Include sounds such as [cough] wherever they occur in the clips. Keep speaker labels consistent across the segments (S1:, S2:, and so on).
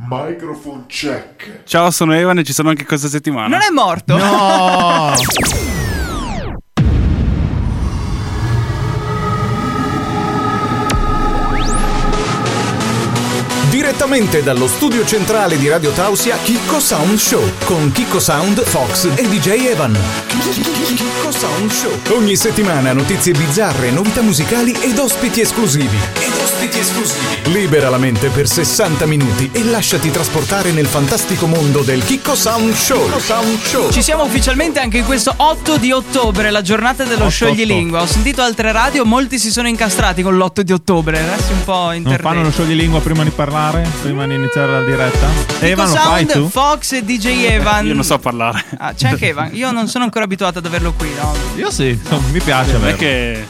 S1: Microphone check.
S2: Ciao, sono Evan e ci sono anche questa settimana.
S3: Non è morto?
S4: No!
S5: Direttamente dallo studio centrale di Radio Tausia, Chicco Sound Show con Chicco Sound, Fox e DJ Evan. Chicco Sound Show. Ogni settimana notizie bizzarre, novità musicali ed ospiti esclusivi. Ed ospiti esclusivi. Libera la mente per 60 minuti e lasciati trasportare nel fantastico mondo del Chicco Sound Show. Chicco Sound Show.
S3: Ci siamo ufficialmente anche in questo 8 di ottobre, la giornata dello scioglilingua. Ho sentito altre radio, molti si sono incastrati con l'8 di ottobre. Resti un po'
S4: Non
S3: interdetto.
S4: fanno lo show di lingua prima di parlare? Prima di iniziare la diretta? Evan lo fai
S3: Sound,
S4: tu?
S3: Fox e DJ Evan.
S2: Io non so parlare.
S3: Ah, c'è anche Evan. Io non sono ancora abituato ad averlo qui, no?
S4: Io sì, [laughs] mi piace.
S2: Non è
S4: averlo.
S2: che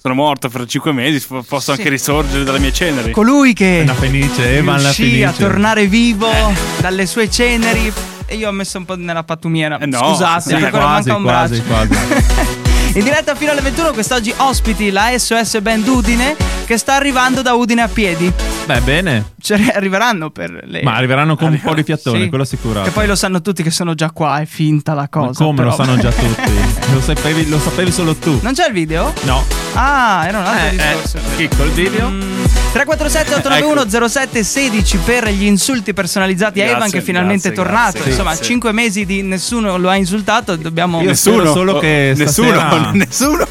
S2: sono morto per 5 mesi, fo- posso
S3: Sì.
S2: anche risorgere dalle mie ceneri.
S3: Colui che
S4: La fenice, Evan la
S3: riuscì
S4: fenice.
S3: a tornare vivo
S4: Eh.
S3: dalle sue ceneri. E io ho messo un po' nella pattumiera.
S2: Eh no.
S3: Scusate,
S2: Sì,
S4: Sì,
S3: [laughs] ancora
S4: quasi,
S3: manca un
S4: quasi,
S3: braccio.
S4: [laughs] quasi.
S3: In diretta fino alle 21, quest'oggi ospiti la SOS Band Udine che sta arrivando da Udine a piedi.
S4: Beh, bene.
S3: Cioè, [laughs] arriveranno per le.
S4: Ma Eh, arriveranno con un po' di fiatone,
S3: Sì.
S4: quello assicurato.
S3: Che poi lo sanno tutti che sono già qua, è finta la
S4: Ma
S3: cosa.
S4: come lo
S3: però. [laughs]
S4: sanno già [laughs] tutti? lo, sapevi, lo sapevi solo tu.
S3: Non c'è il video?
S4: No.
S3: Ah, era un altro
S4: Eh, eh,
S3: discorso.
S4: Chicco, il video?
S3: 347 891 0716 per gli insulti personalizzati a
S2: Grazie,
S3: Evan che finalmente è
S2: grazie,
S3: tornato.
S2: grazie,
S3: Insomma,
S2: grazie.
S3: 5 mesi di nessuno lo ha insultato, dobbiamo
S4: Io spero solo che
S2: Oh, nessuno, [laughs]
S4: stasera-
S2: nessuno.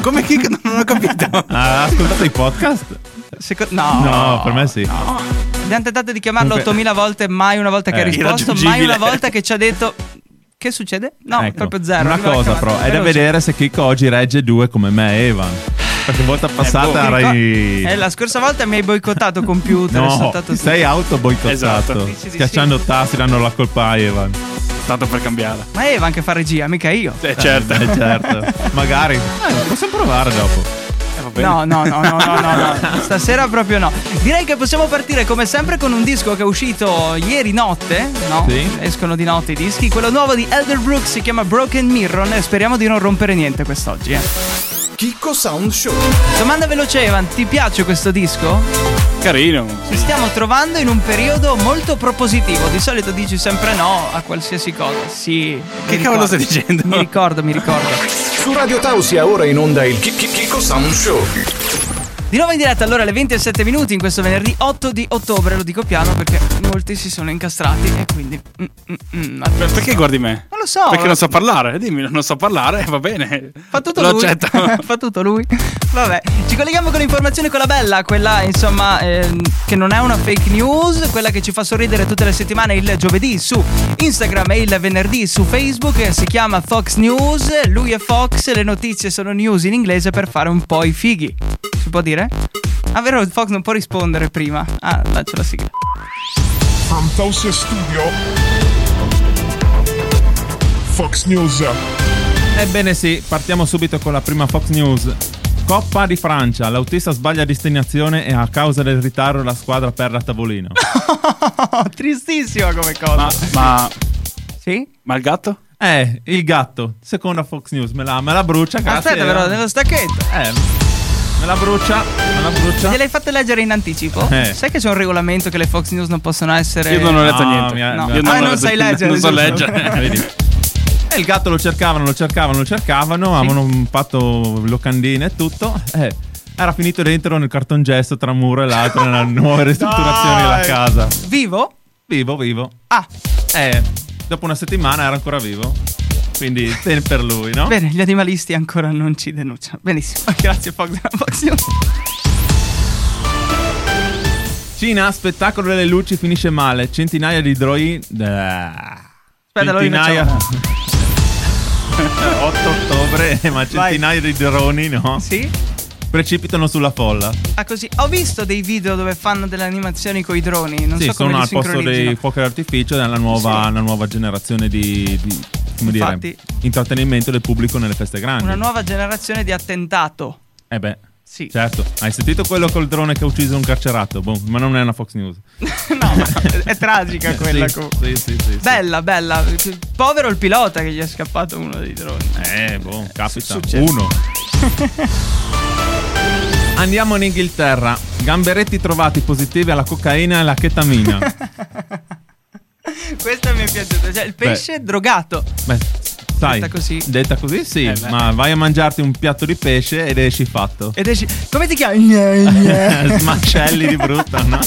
S2: Come chi non ho capito?
S4: Ha ascoltato Ah, i podcast?
S3: Seco- no.
S4: No, per me sì.
S3: Abbiamo tentato di chiamarlo
S4: Comunque-
S3: 8000 volte, mai una volta che ha
S4: Eh,
S3: risposto, mai
S2: irraggiungibile.
S3: una volta che ci ha detto che succede? No,
S4: Ecco,
S3: proprio zero.
S4: Una
S3: arriva la
S4: cosa
S3: chiamata,
S4: però, è da
S3: veloce.
S4: vedere se Chicco oggi regge due come me e Evan. Perché volta passata
S2: boh,
S4: erai...
S3: Eh, la scorsa volta mi hai boicottato computer, hai
S4: No,
S3: saltato
S4: ti sei
S3: tutto.
S4: auto
S2: Esatto.
S4: boicottato.
S2: Dici
S3: di sì.
S4: Schiacciando tasti danno la colpa a Evan.
S2: Tanto per cambiare.
S3: Ma Evan che fa regia, mica io.
S2: Eh, certo.
S4: Eh, [laughs] certo. Magari. Eh, possiamo provare dopo.
S2: Eh, va bene.
S3: No, no, no, no, no, no,
S2: [laughs]
S3: no. Stasera proprio no. Direi che possiamo partire come sempre con un disco che è uscito ieri notte, no?
S4: Sì.
S3: Escono di notte i dischi. Quello nuovo di Elderbrook si chiama Broken Mirror e speriamo di non rompere niente quest'oggi. eh.
S5: Chicco Sound Show.
S3: Domanda veloce Evan, ti piace questo disco?
S2: Carino.
S3: Ci stiamo trovando in un periodo molto propositivo. Di solito dici sempre no a qualsiasi cosa. Sì.
S2: Che
S3: mi
S2: cavolo
S3: ricordo.
S2: stai dicendo?
S3: Mi ricordo, mi ricordo.
S5: Su Radio Tausia ora in onda il Chi- Chi- Chicco Sound Show.
S3: Di nuovo in diretta allora alle 27 minuti in questo venerdì 8 di ottobre, lo dico piano perché molti si sono incastrati e quindi... mm, mm, mm, ma-
S2: Beh, Perché guardi me?
S3: Non lo so.
S2: Perché non so parlare, dimmi, non so parlare, va bene.
S3: Fa tutto
S2: Lo
S3: lui. [laughs]
S2: accetto.
S3: Fa tutto lui. Vabbè, ci colleghiamo con l'informazione con la bella, quella insomma ehm, che non è una fake news, quella che ci fa sorridere tutte le settimane il giovedì su Instagram e il venerdì su Facebook, eh, si chiama Fox News, lui è Fox, le notizie sono news in inglese per fare un po' i fighi. Si può dire? Ah vero, Fox non può rispondere prima. Ah, lancio la sigla.
S1: From Tausia Studio. Fox News. uh,
S4: Ebbene sì, partiamo subito con la prima Fox News. Coppa di Francia, l'autista sbaglia destinazione e a causa del ritardo la squadra perde a [laughs] tavolino.
S3: Oh, tristissima come cosa.
S2: Ma, ma,
S3: Sì?
S2: ma il gatto?
S4: Eh, il gatto, seconda Fox News, me la, me la brucia, cazzo.
S3: Aspetta però, nello stacchetto.
S4: Eh, me la brucia, me la brucia.
S3: Gliel'hai fatta leggere in anticipo?
S4: Eh.
S3: Sai che c'è un regolamento che le Fox News non possono essere...
S2: Io non ho letto
S4: No,
S2: niente.
S4: mi ha-
S3: No.
S4: mi ha-
S2: Io
S3: Ah, non
S2: ho-
S3: sai leggere,
S2: Non so
S3: giusto.
S4: [laughs]
S2: leggere.
S4: Vedi?
S3: [laughs]
S4: E Eh, il gatto lo cercavano, lo cercavano, lo cercavano, avevano fatto locandine e tutto. Eh, era finito dentro nel cartongesso tra un muro e
S3: [laughs]
S4: l'altro nella nuova ristrutturazione della casa.
S3: Vivo?
S4: Vivo, vivo.
S3: Ah,
S4: Eh, dopo una settimana era ancora vivo. Quindi ten per lui, no? [laughs]
S3: bene, gli animalisti ancora non ci denunciano. Benissimo, [laughs] grazie Fox, Fox News.
S4: Cina, spettacolo delle luci finisce male. Centinaia di droni.
S3: Aspetta, lo
S4: centinaia.
S3: rinacciamo.
S4: [laughs] 8 ottobre, ma centinaia di droni, no?
S3: Sì?
S4: Precipitano sulla folla.
S3: Ah così, ho visto dei video dove fanno delle animazioni con i droni, non
S4: sì,
S3: so come
S4: sono
S3: li
S4: al posto
S3: sincronizzano.
S4: dei fuochi d'artificio della nuova, una nuova generazione di, di- come
S3: Infatti.
S4: dire, intrattenimento del pubblico nelle feste grandi.
S3: Una nuova generazione di attentato.
S4: Eh beh,
S3: Sì.
S4: certo. Hai sentito quello col drone che ha ucciso un carcerato? Boh, ma non è una Fox News.
S3: [laughs] no, ma è tragica quella
S4: sì,
S3: comunque.
S4: sì, sì, sì, sì.
S3: Bella, bella. Povero il pilota che gli è scappato uno dei droni. [laughs]
S4: Eh, boh, capita.
S3: succede.
S4: Uno. Andiamo in Inghilterra. Gamberetti trovati positivi alla cocaina e alla chetamina.
S3: Questo mi è piaciuto. Cioè, il pesce drogato.
S4: Beh, sai,
S3: Detta così.
S4: Detta così sì,
S3: Eh, beh.
S4: ma vai a mangiarti un piatto di pesce ed esci fatto. [laughs]
S3: Ed esci. Come ti chiami? Gne, gne.
S4: Smacelli di brutto, no?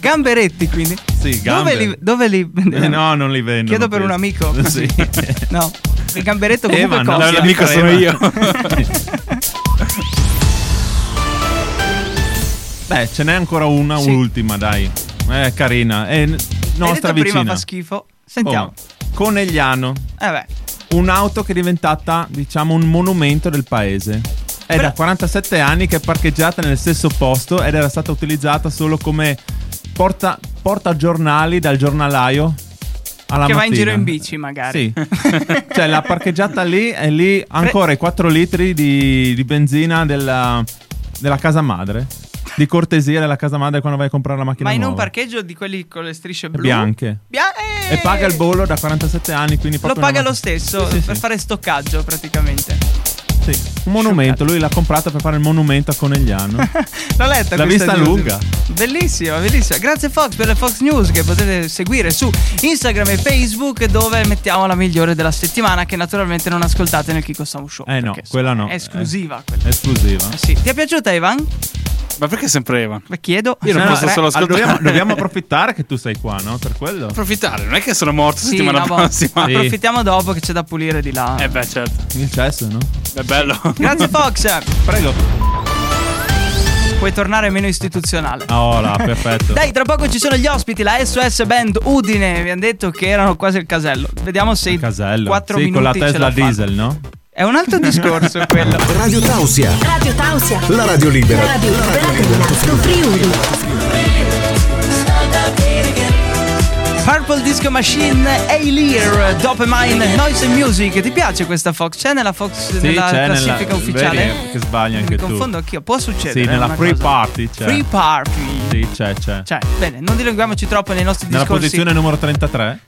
S3: Gamberetti, quindi. Dove
S4: Sì, gambe.
S3: li, dove li vendono?
S4: Eh, no, non li vendo.
S3: Chiedo per un amico. Così.
S4: [laughs] Sì.
S3: no. Il gamberetto comunque Ecco,
S4: Evan,
S3: costa.
S4: allora
S2: L'amico sono
S4: Crema.
S2: io.
S4: [laughs] Beh, ce n'è ancora una
S3: Sì.
S4: ultima, dai. È carina, è n-
S3: Hai
S4: nostra
S3: detto prima
S4: vicina.
S3: fa schifo.
S4: Oh,
S3: Sentiamo.
S4: Conegliano,
S3: Eh beh.
S4: un'auto che è diventata, diciamo, un monumento del paese. È
S3: Però-
S4: da 47 anni che è parcheggiata nel stesso posto ed era stata utilizzata solo come porta, portagiornali dal giornalaio alla
S3: Che va in
S4: mattina.
S3: giro in bici, magari. [laughs]
S4: Sì. [laughs] cioè l'ha parcheggiata lì e lì ancora i 4 litri di, di benzina della, della casa madre. Di cortesia della casa madre quando vai a comprare la macchina
S3: Ma in un
S4: nuova.
S3: parcheggio di quelli con le strisce blu.
S4: bianche.
S3: Bia-
S4: E paga il bollo da 47 anni, quindi
S3: Lo
S4: proprio
S3: paga
S4: una-
S3: lo stesso
S4: Sì, sì,
S3: per
S4: sì.
S3: fare stoccaggio praticamente.
S4: Sì, un monumento, lui l'ha comprata per fare il monumento
S3: [laughs]
S4: a Conegliano.
S3: L'ho letta questa
S4: L'ha vista
S3: news.
S4: lunga.
S3: Bellissima, bellissima. Grazie Fox per le Fox News che potete seguire su Instagram e Facebook dove mettiamo la migliore della settimana che naturalmente non ascoltate nel Kiko Sound Show.
S4: Eh no,
S3: perché,
S4: quella
S3: insomma,
S4: no.
S3: È esclusiva quella.
S4: Esclusiva.
S3: Eh sì. Ti è piaciuta Ivan?
S2: Ma perché sempre Evan?
S3: Beh, chiedo.
S2: Io non
S4: No, no,
S2: posso
S4: eh,
S2: solo ascoltare.
S4: Dobbiamo, dobbiamo approfittare che tu sei qua, no? Per quello.
S2: approfittare, non è che sono morto
S3: Sì,
S2: settimana
S3: no, boh.
S2: prossima.
S4: Sì.
S3: Approfittiamo dopo che c'è da pulire di là.
S2: Eh beh, certo.
S4: Il cesso, no?
S2: È bello. [laughs]
S3: Grazie Fox.
S4: Prego.
S3: Puoi tornare meno istituzionale.
S4: Ah,
S3: [laughs]
S4: ora, perfetto.
S3: Dai, tra poco ci sono gli ospiti, la SOS Band Udine. Vi hanno detto che erano quasi il casello. Vediamo se i
S4: Casello.
S3: 4
S4: sì,
S3: minuti
S4: con la
S3: ce
S4: Tesla
S3: la fanno.
S4: diesel, no?
S3: È un altro
S4: [laughs]
S3: discorso quello.
S5: Radio Tausia,
S6: Radio Tausia.
S5: la radio libera.
S6: Radio Libera dell'Alto Friuli.
S3: Purple Disco Machine, A-Lear, Dopamine, Noise and Music. Ti piace questa Fox? C'è nella Fox
S4: Sì,
S3: nella
S4: c'è nella-
S3: classifica ufficiale? Eh,
S4: vedi che sbagli anche
S3: Mi
S4: tu.
S3: confondo anch'io, può succedere.
S4: Sì, nella
S3: una
S4: free
S3: cosa.
S4: party eh. c'è.
S3: Free party.
S4: Sì, c'è, c'è.
S3: Cioè, bene, non dilunghiamoci troppo nei nostri
S4: Nella
S3: discorsi.
S4: posizione numero 33?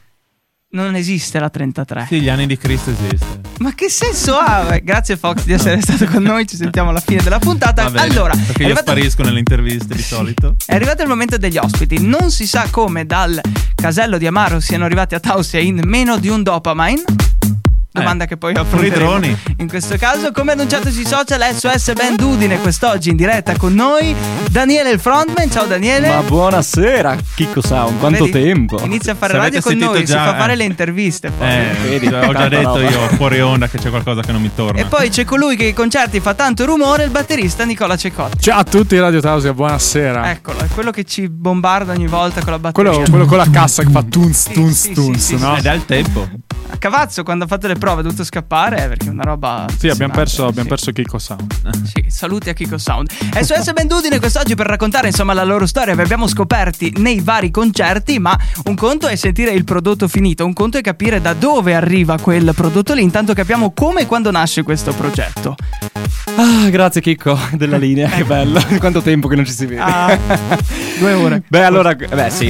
S3: Non esiste la 33.
S4: Sì, gli anni di Cristo esiste.
S3: Ma che senso ha? Beh, Grazie Fox di essere [laughs] stato con noi, ci sentiamo alla fine della puntata.
S4: Va bene,
S3: allora,
S4: perché
S3: è
S4: io
S3: arrivato,
S4: sparisco nelle interviste di solito.
S3: è arrivato il momento degli ospiti. Non si sa come dal casello di Amaro siano arrivati a Tausia in meno di un dopamine. Domanda
S4: Eh,
S3: che poi affronteremo
S4: droni.
S3: in questo caso. Come annunciato sui social, SOS Band Udine quest'oggi in diretta con noi Daniele il frontman. Ciao Daniele.
S7: Ma buonasera, Chicco Sound, quanto
S3: Vedi?
S7: tempo?
S3: Inizia a fare
S4: Se
S3: radio
S4: avete
S3: con
S4: sentito
S3: noi, si
S4: già,
S3: fa fare
S4: eh.
S3: le interviste poi.
S4: Eh,
S7: Vedi,
S4: cioè, ho già
S7: tanta
S4: detto
S7: roba.
S4: io fuori onda che c'è qualcosa che non mi torna.
S3: E poi c'è colui che ai concerti fa tanto rumore, il batterista Nicola Cecotti.
S8: Ciao a tutti Radio Tausia,
S4: Ah.
S8: buonasera.
S3: Eccolo, è quello che ci bombarda ogni volta con la batteria.
S8: Quello, quello con la cassa che fa tunz
S3: Sì,
S8: tunz
S3: sì,
S8: tunz,
S3: sì, sì,
S8: no?
S4: Ed è Eh, il tempo.
S3: A Cavazzo, quando ha fatto le prove, ha dovuto scappare eh, perché è una roba.
S8: Sì, abbiamo
S3: allucinante,
S8: perso, abbiamo
S3: sì.
S8: perso Kiko Sound.
S3: Sì, saluti a Kiko Sound. SOS Bendudine quest'oggi per raccontare insomma la loro storia. Vi abbiamo scoperti nei vari concerti, ma un conto è sentire il prodotto finito, un conto è capire da dove arriva quel prodotto lì. Intanto capiamo come e quando nasce questo progetto.
S7: Ah, [laughs] grazie Chicco della linea,
S4: [laughs]
S7: che bello. Quanto tempo che non ci si vede.
S3: [laughs] Ah, due ore.
S7: Beh, allora, beh sì,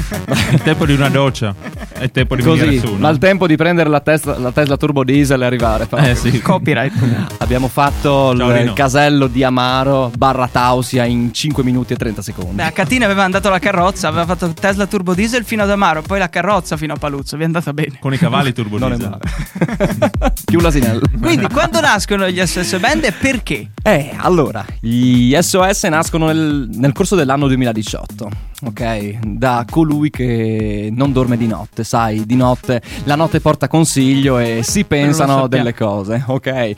S4: Il tempo di una doccia. È il tempo di venire
S7: così,
S4: su. no?
S7: ma il tempo di prendere la Tesla, la Tesla Turbo Diesel e arrivare. però.
S4: Eh sì.
S3: Copyright.
S7: Abbiamo fatto
S4: Ciao,
S7: il
S4: Rino.
S7: casello di Amaro barra Tausia in 5 minuti e 30 secondi.
S3: Beh, a Catini aveva andato la carrozza, aveva fatto Tesla turbo diesel fino ad Amaro, poi la carrozza fino a Paluzzo, vi è andata bene.
S4: Con i cavalli turbo
S7: non è
S4: diesel.
S7: male. Più l'asinello.
S3: Quindi quando nascono gli SS Band e perché?
S7: Eh, allora, gli SOS nascono nel, nel corso dell'anno 2018, ok? Da colui che non dorme di notte, sai, di notte la notte porta
S3: [laughs]
S7: consiglio e si pensano
S3: sappiamo.
S7: delle cose, ok?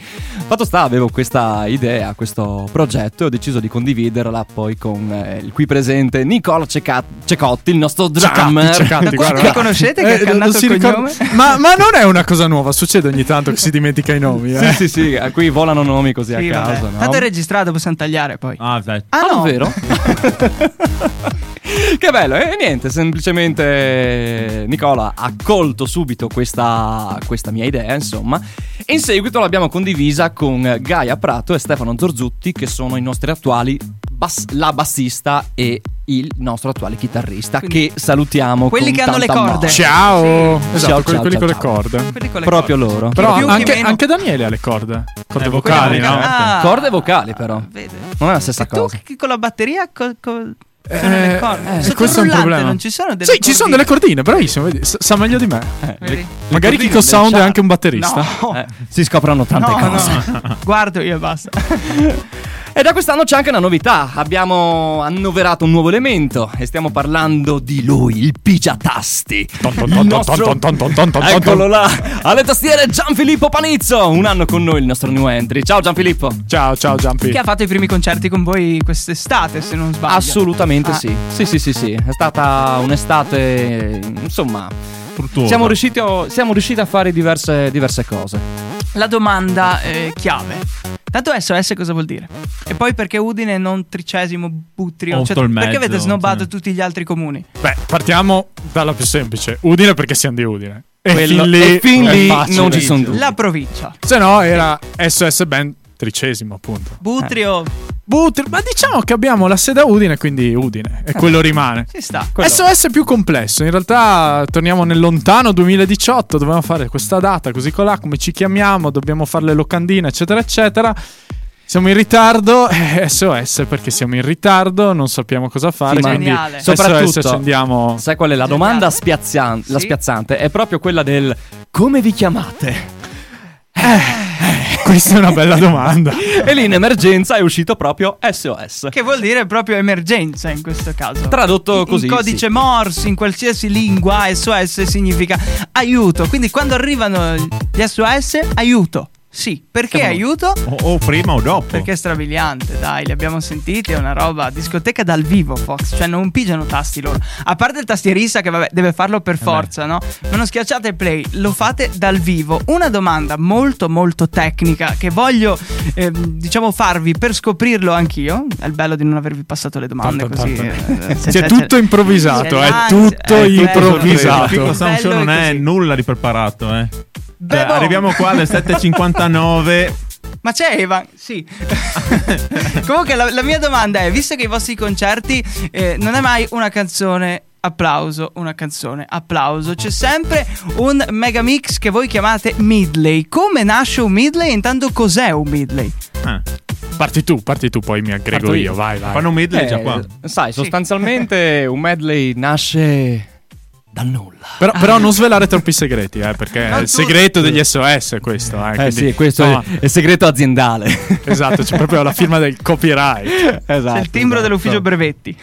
S7: Fatto sta, avevo questa idea, questo progetto e ho deciso di condividerla poi con eh, il qui presente Nicola Ceca- Cecotti, il nostro drummer.
S8: Ceccati,
S3: Da quanto
S7: [laughs]
S8: guarda.
S3: li conoscete che ha
S8: Eh,
S3: cannato
S8: non si
S3: il
S8: ricorda-
S3: cognome?
S8: Ma, ma non è una cosa nuova, succede ogni tanto che si dimentica i nomi.
S7: Sì,
S8: Eh.
S7: sì, sì, eh, qui volano nomi così
S3: Sì,
S7: a
S3: vabbè.
S7: caso, no?
S3: Tanto è registrato, possiamo tagliare poi.
S4: Ah, dai.
S3: Ah, no.
S7: vero? [laughs] che bello, e niente, semplicemente Nicola ha colto subito questa, questa mia idea, insomma, e in seguito l'abbiamo condivisa con Gaia Prato e Stefano Zorzutti, che sono i nostri attuali bas- la bassista e il nostro attuale chitarrista
S3: Quindi-
S7: che salutiamo.
S3: Quelli
S7: con
S3: che hanno le
S7: tanta
S3: corde.
S7: amore.
S8: Ciao!
S7: Sì.
S8: Esatto,
S7: Ciao,
S8: quelli,
S7: ciao,
S8: quelli
S7: ciao,
S8: con le
S7: ciao.
S8: corde.
S3: Quelli con le
S7: Proprio
S3: corde.
S7: loro.
S8: Però
S3: più, chi
S8: anche,
S3: meno.
S8: anche Daniele ha le corde. Corde
S4: Eh,
S8: vocali,
S4: vocali,
S8: no?
S4: no?
S7: Corde vocali, però.
S3: Vede.
S7: Non è la stessa
S3: E Ah. tu
S7: cosa.
S3: che con la batteria co- co-
S8: Eh,
S3: sono le corde.
S8: eh,
S3: Sotto
S8: questo è
S3: il
S8: un
S3: rullante
S8: problema.
S3: non ci sono delle
S8: Sì, ci sono delle
S3: cordine.
S8: cordine, bravissimo. vedi, sa, sa meglio di
S3: Eh,
S8: me.
S3: Vedi?
S7: cordine
S8: Magari Kiko
S7: del
S8: Sound è
S7: chat.
S8: anche un batterista.
S7: Eh, si scoprono tante
S3: No,
S7: cose.
S3: no. Guardo io e basta.
S7: E da quest'anno c'è anche una novità. Abbiamo annoverato un nuovo elemento e stiamo parlando di lui, il Pigiatasti. Il nostro- Eccolo là, alle tastiere Gianfilippo Panizzo. Un anno con noi il nostro new entry. Ciao Gianfilippo.
S8: Ciao, ciao, Giampi.
S3: Che ha fatto i primi concerti con voi quest'estate, se non sbaglio.
S7: Assolutamente
S3: Ah.
S7: sì. Sì, sì, sì, sì. È stata un'estate, eh, insomma,
S4: Fruttuosa.
S7: siamo riusciti, a- siamo riusciti a fare diverse, diverse cose.
S3: La domanda eh, chiave. Tanto SOS cosa vuol dire? E poi perché Udine e non tricesimo, butrio?
S4: Otto
S3: Cioè,
S4: e mezzo,
S3: perché avete snobbato
S4: sì.
S3: tutti gli altri comuni?
S8: Beh, partiamo dalla più semplice. Udine perché siamo di Udine. E
S7: Quello-
S8: fin lì,
S7: e fin
S8: è
S7: lì
S8: facile.
S7: non ci Eh, sono dubbi.
S3: La provincia.
S8: Se no era SS Band tredicesimo, appunto.
S3: Butrio
S7: Eh.
S8: Butter, ma diciamo che abbiamo la sede a Udine, quindi Udine. E quello rimane.
S3: ci sta.
S8: SOS è più complesso, in realtà torniamo nel lontano 2018, dovevamo fare questa data così colà, come ci chiamiamo, dobbiamo fare le locandine, eccetera, eccetera. Siamo in ritardo, eh, SOS perché siamo in ritardo, non sappiamo cosa fare,
S7: ma-
S8: quindi
S3: Geniale.
S8: SOS
S7: Soprattutto-
S8: accendiamo...
S7: Sai qual è la
S3: Geniale.
S7: domanda spiazzante? La
S3: Sì.
S7: spiazzante è proprio quella del come vi chiamate?
S8: Eh, Questa è una bella
S7: [laughs]
S8: domanda.
S7: e lì in emergenza è uscito proprio SOS.
S3: Che vuol dire proprio emergenza in questo caso.
S7: Tradotto
S3: In-
S7: così,
S3: In codice
S7: sì.
S3: Morse, in qualsiasi lingua, SOS significa aiuto. Quindi quando arrivano gli SOS, aiuto. Sì, perché
S7: Siamo-
S3: aiuto?
S4: O, o prima o dopo.
S3: Perché è strabiliante, dai, li abbiamo sentiti, è una roba discoteca dal vivo, Fox, cioè non pigiano tasti loro. A parte il tastierista che vabbè, deve farlo
S8: Eh
S3: per forza, no? Ma non schiacciate play, lo fate dal vivo. Una domanda molto molto tecnica che voglio ehm, diciamo farvi per scoprirlo anch'io, è il bello di non avervi passato le domande
S8: Tanto,
S3: così.
S8: tanto. [laughs]
S3: eh, se-
S8: Sì, è
S3: se-
S8: tutto
S3: se-
S8: improvvisato,
S3: se-
S8: è
S3: ah,
S8: tutto
S3: eh,
S8: improvvisato.
S4: Il piccolo sound show
S3: Bello
S4: non
S3: e
S4: è
S3: così.
S4: nulla di preparato, eh.
S3: Beh,
S4: Cioè,
S3: boh.
S4: arriviamo qua
S3: [laughs]
S4: alle 7.59.
S3: Ma c'è Evan?
S8: [laughs]
S3: Sì. Comunque la, la mia domanda è, visto che i vostri concerti eh, non è mai una canzone applauso, una canzone applauso, c'è sempre un mega mix che voi chiamate midley. Come nasce un midley e intanto cos'è un midley?
S4: Ah,
S8: Parti tu, parti tu, poi mi aggrego
S7: Parto io.
S8: io. vai, vai.
S4: fanno un medley già
S7: Eh,
S4: qua.
S7: Sai,
S8: [laughs]
S7: sostanzialmente un medley nasce dal nulla.
S8: Però, però non svelare troppi segreti, eh, perché
S3: Non
S8: il
S3: tutto.
S8: segreto degli SOS è questo. Eh,
S7: Eh
S8: quindi-
S7: sì, questo
S8: no,
S7: è il segreto aziendale.
S8: Esatto, c'è proprio la firma del copyright.
S7: esatto.
S3: C'è il timbro
S7: esatto.
S3: dell'ufficio brevetti.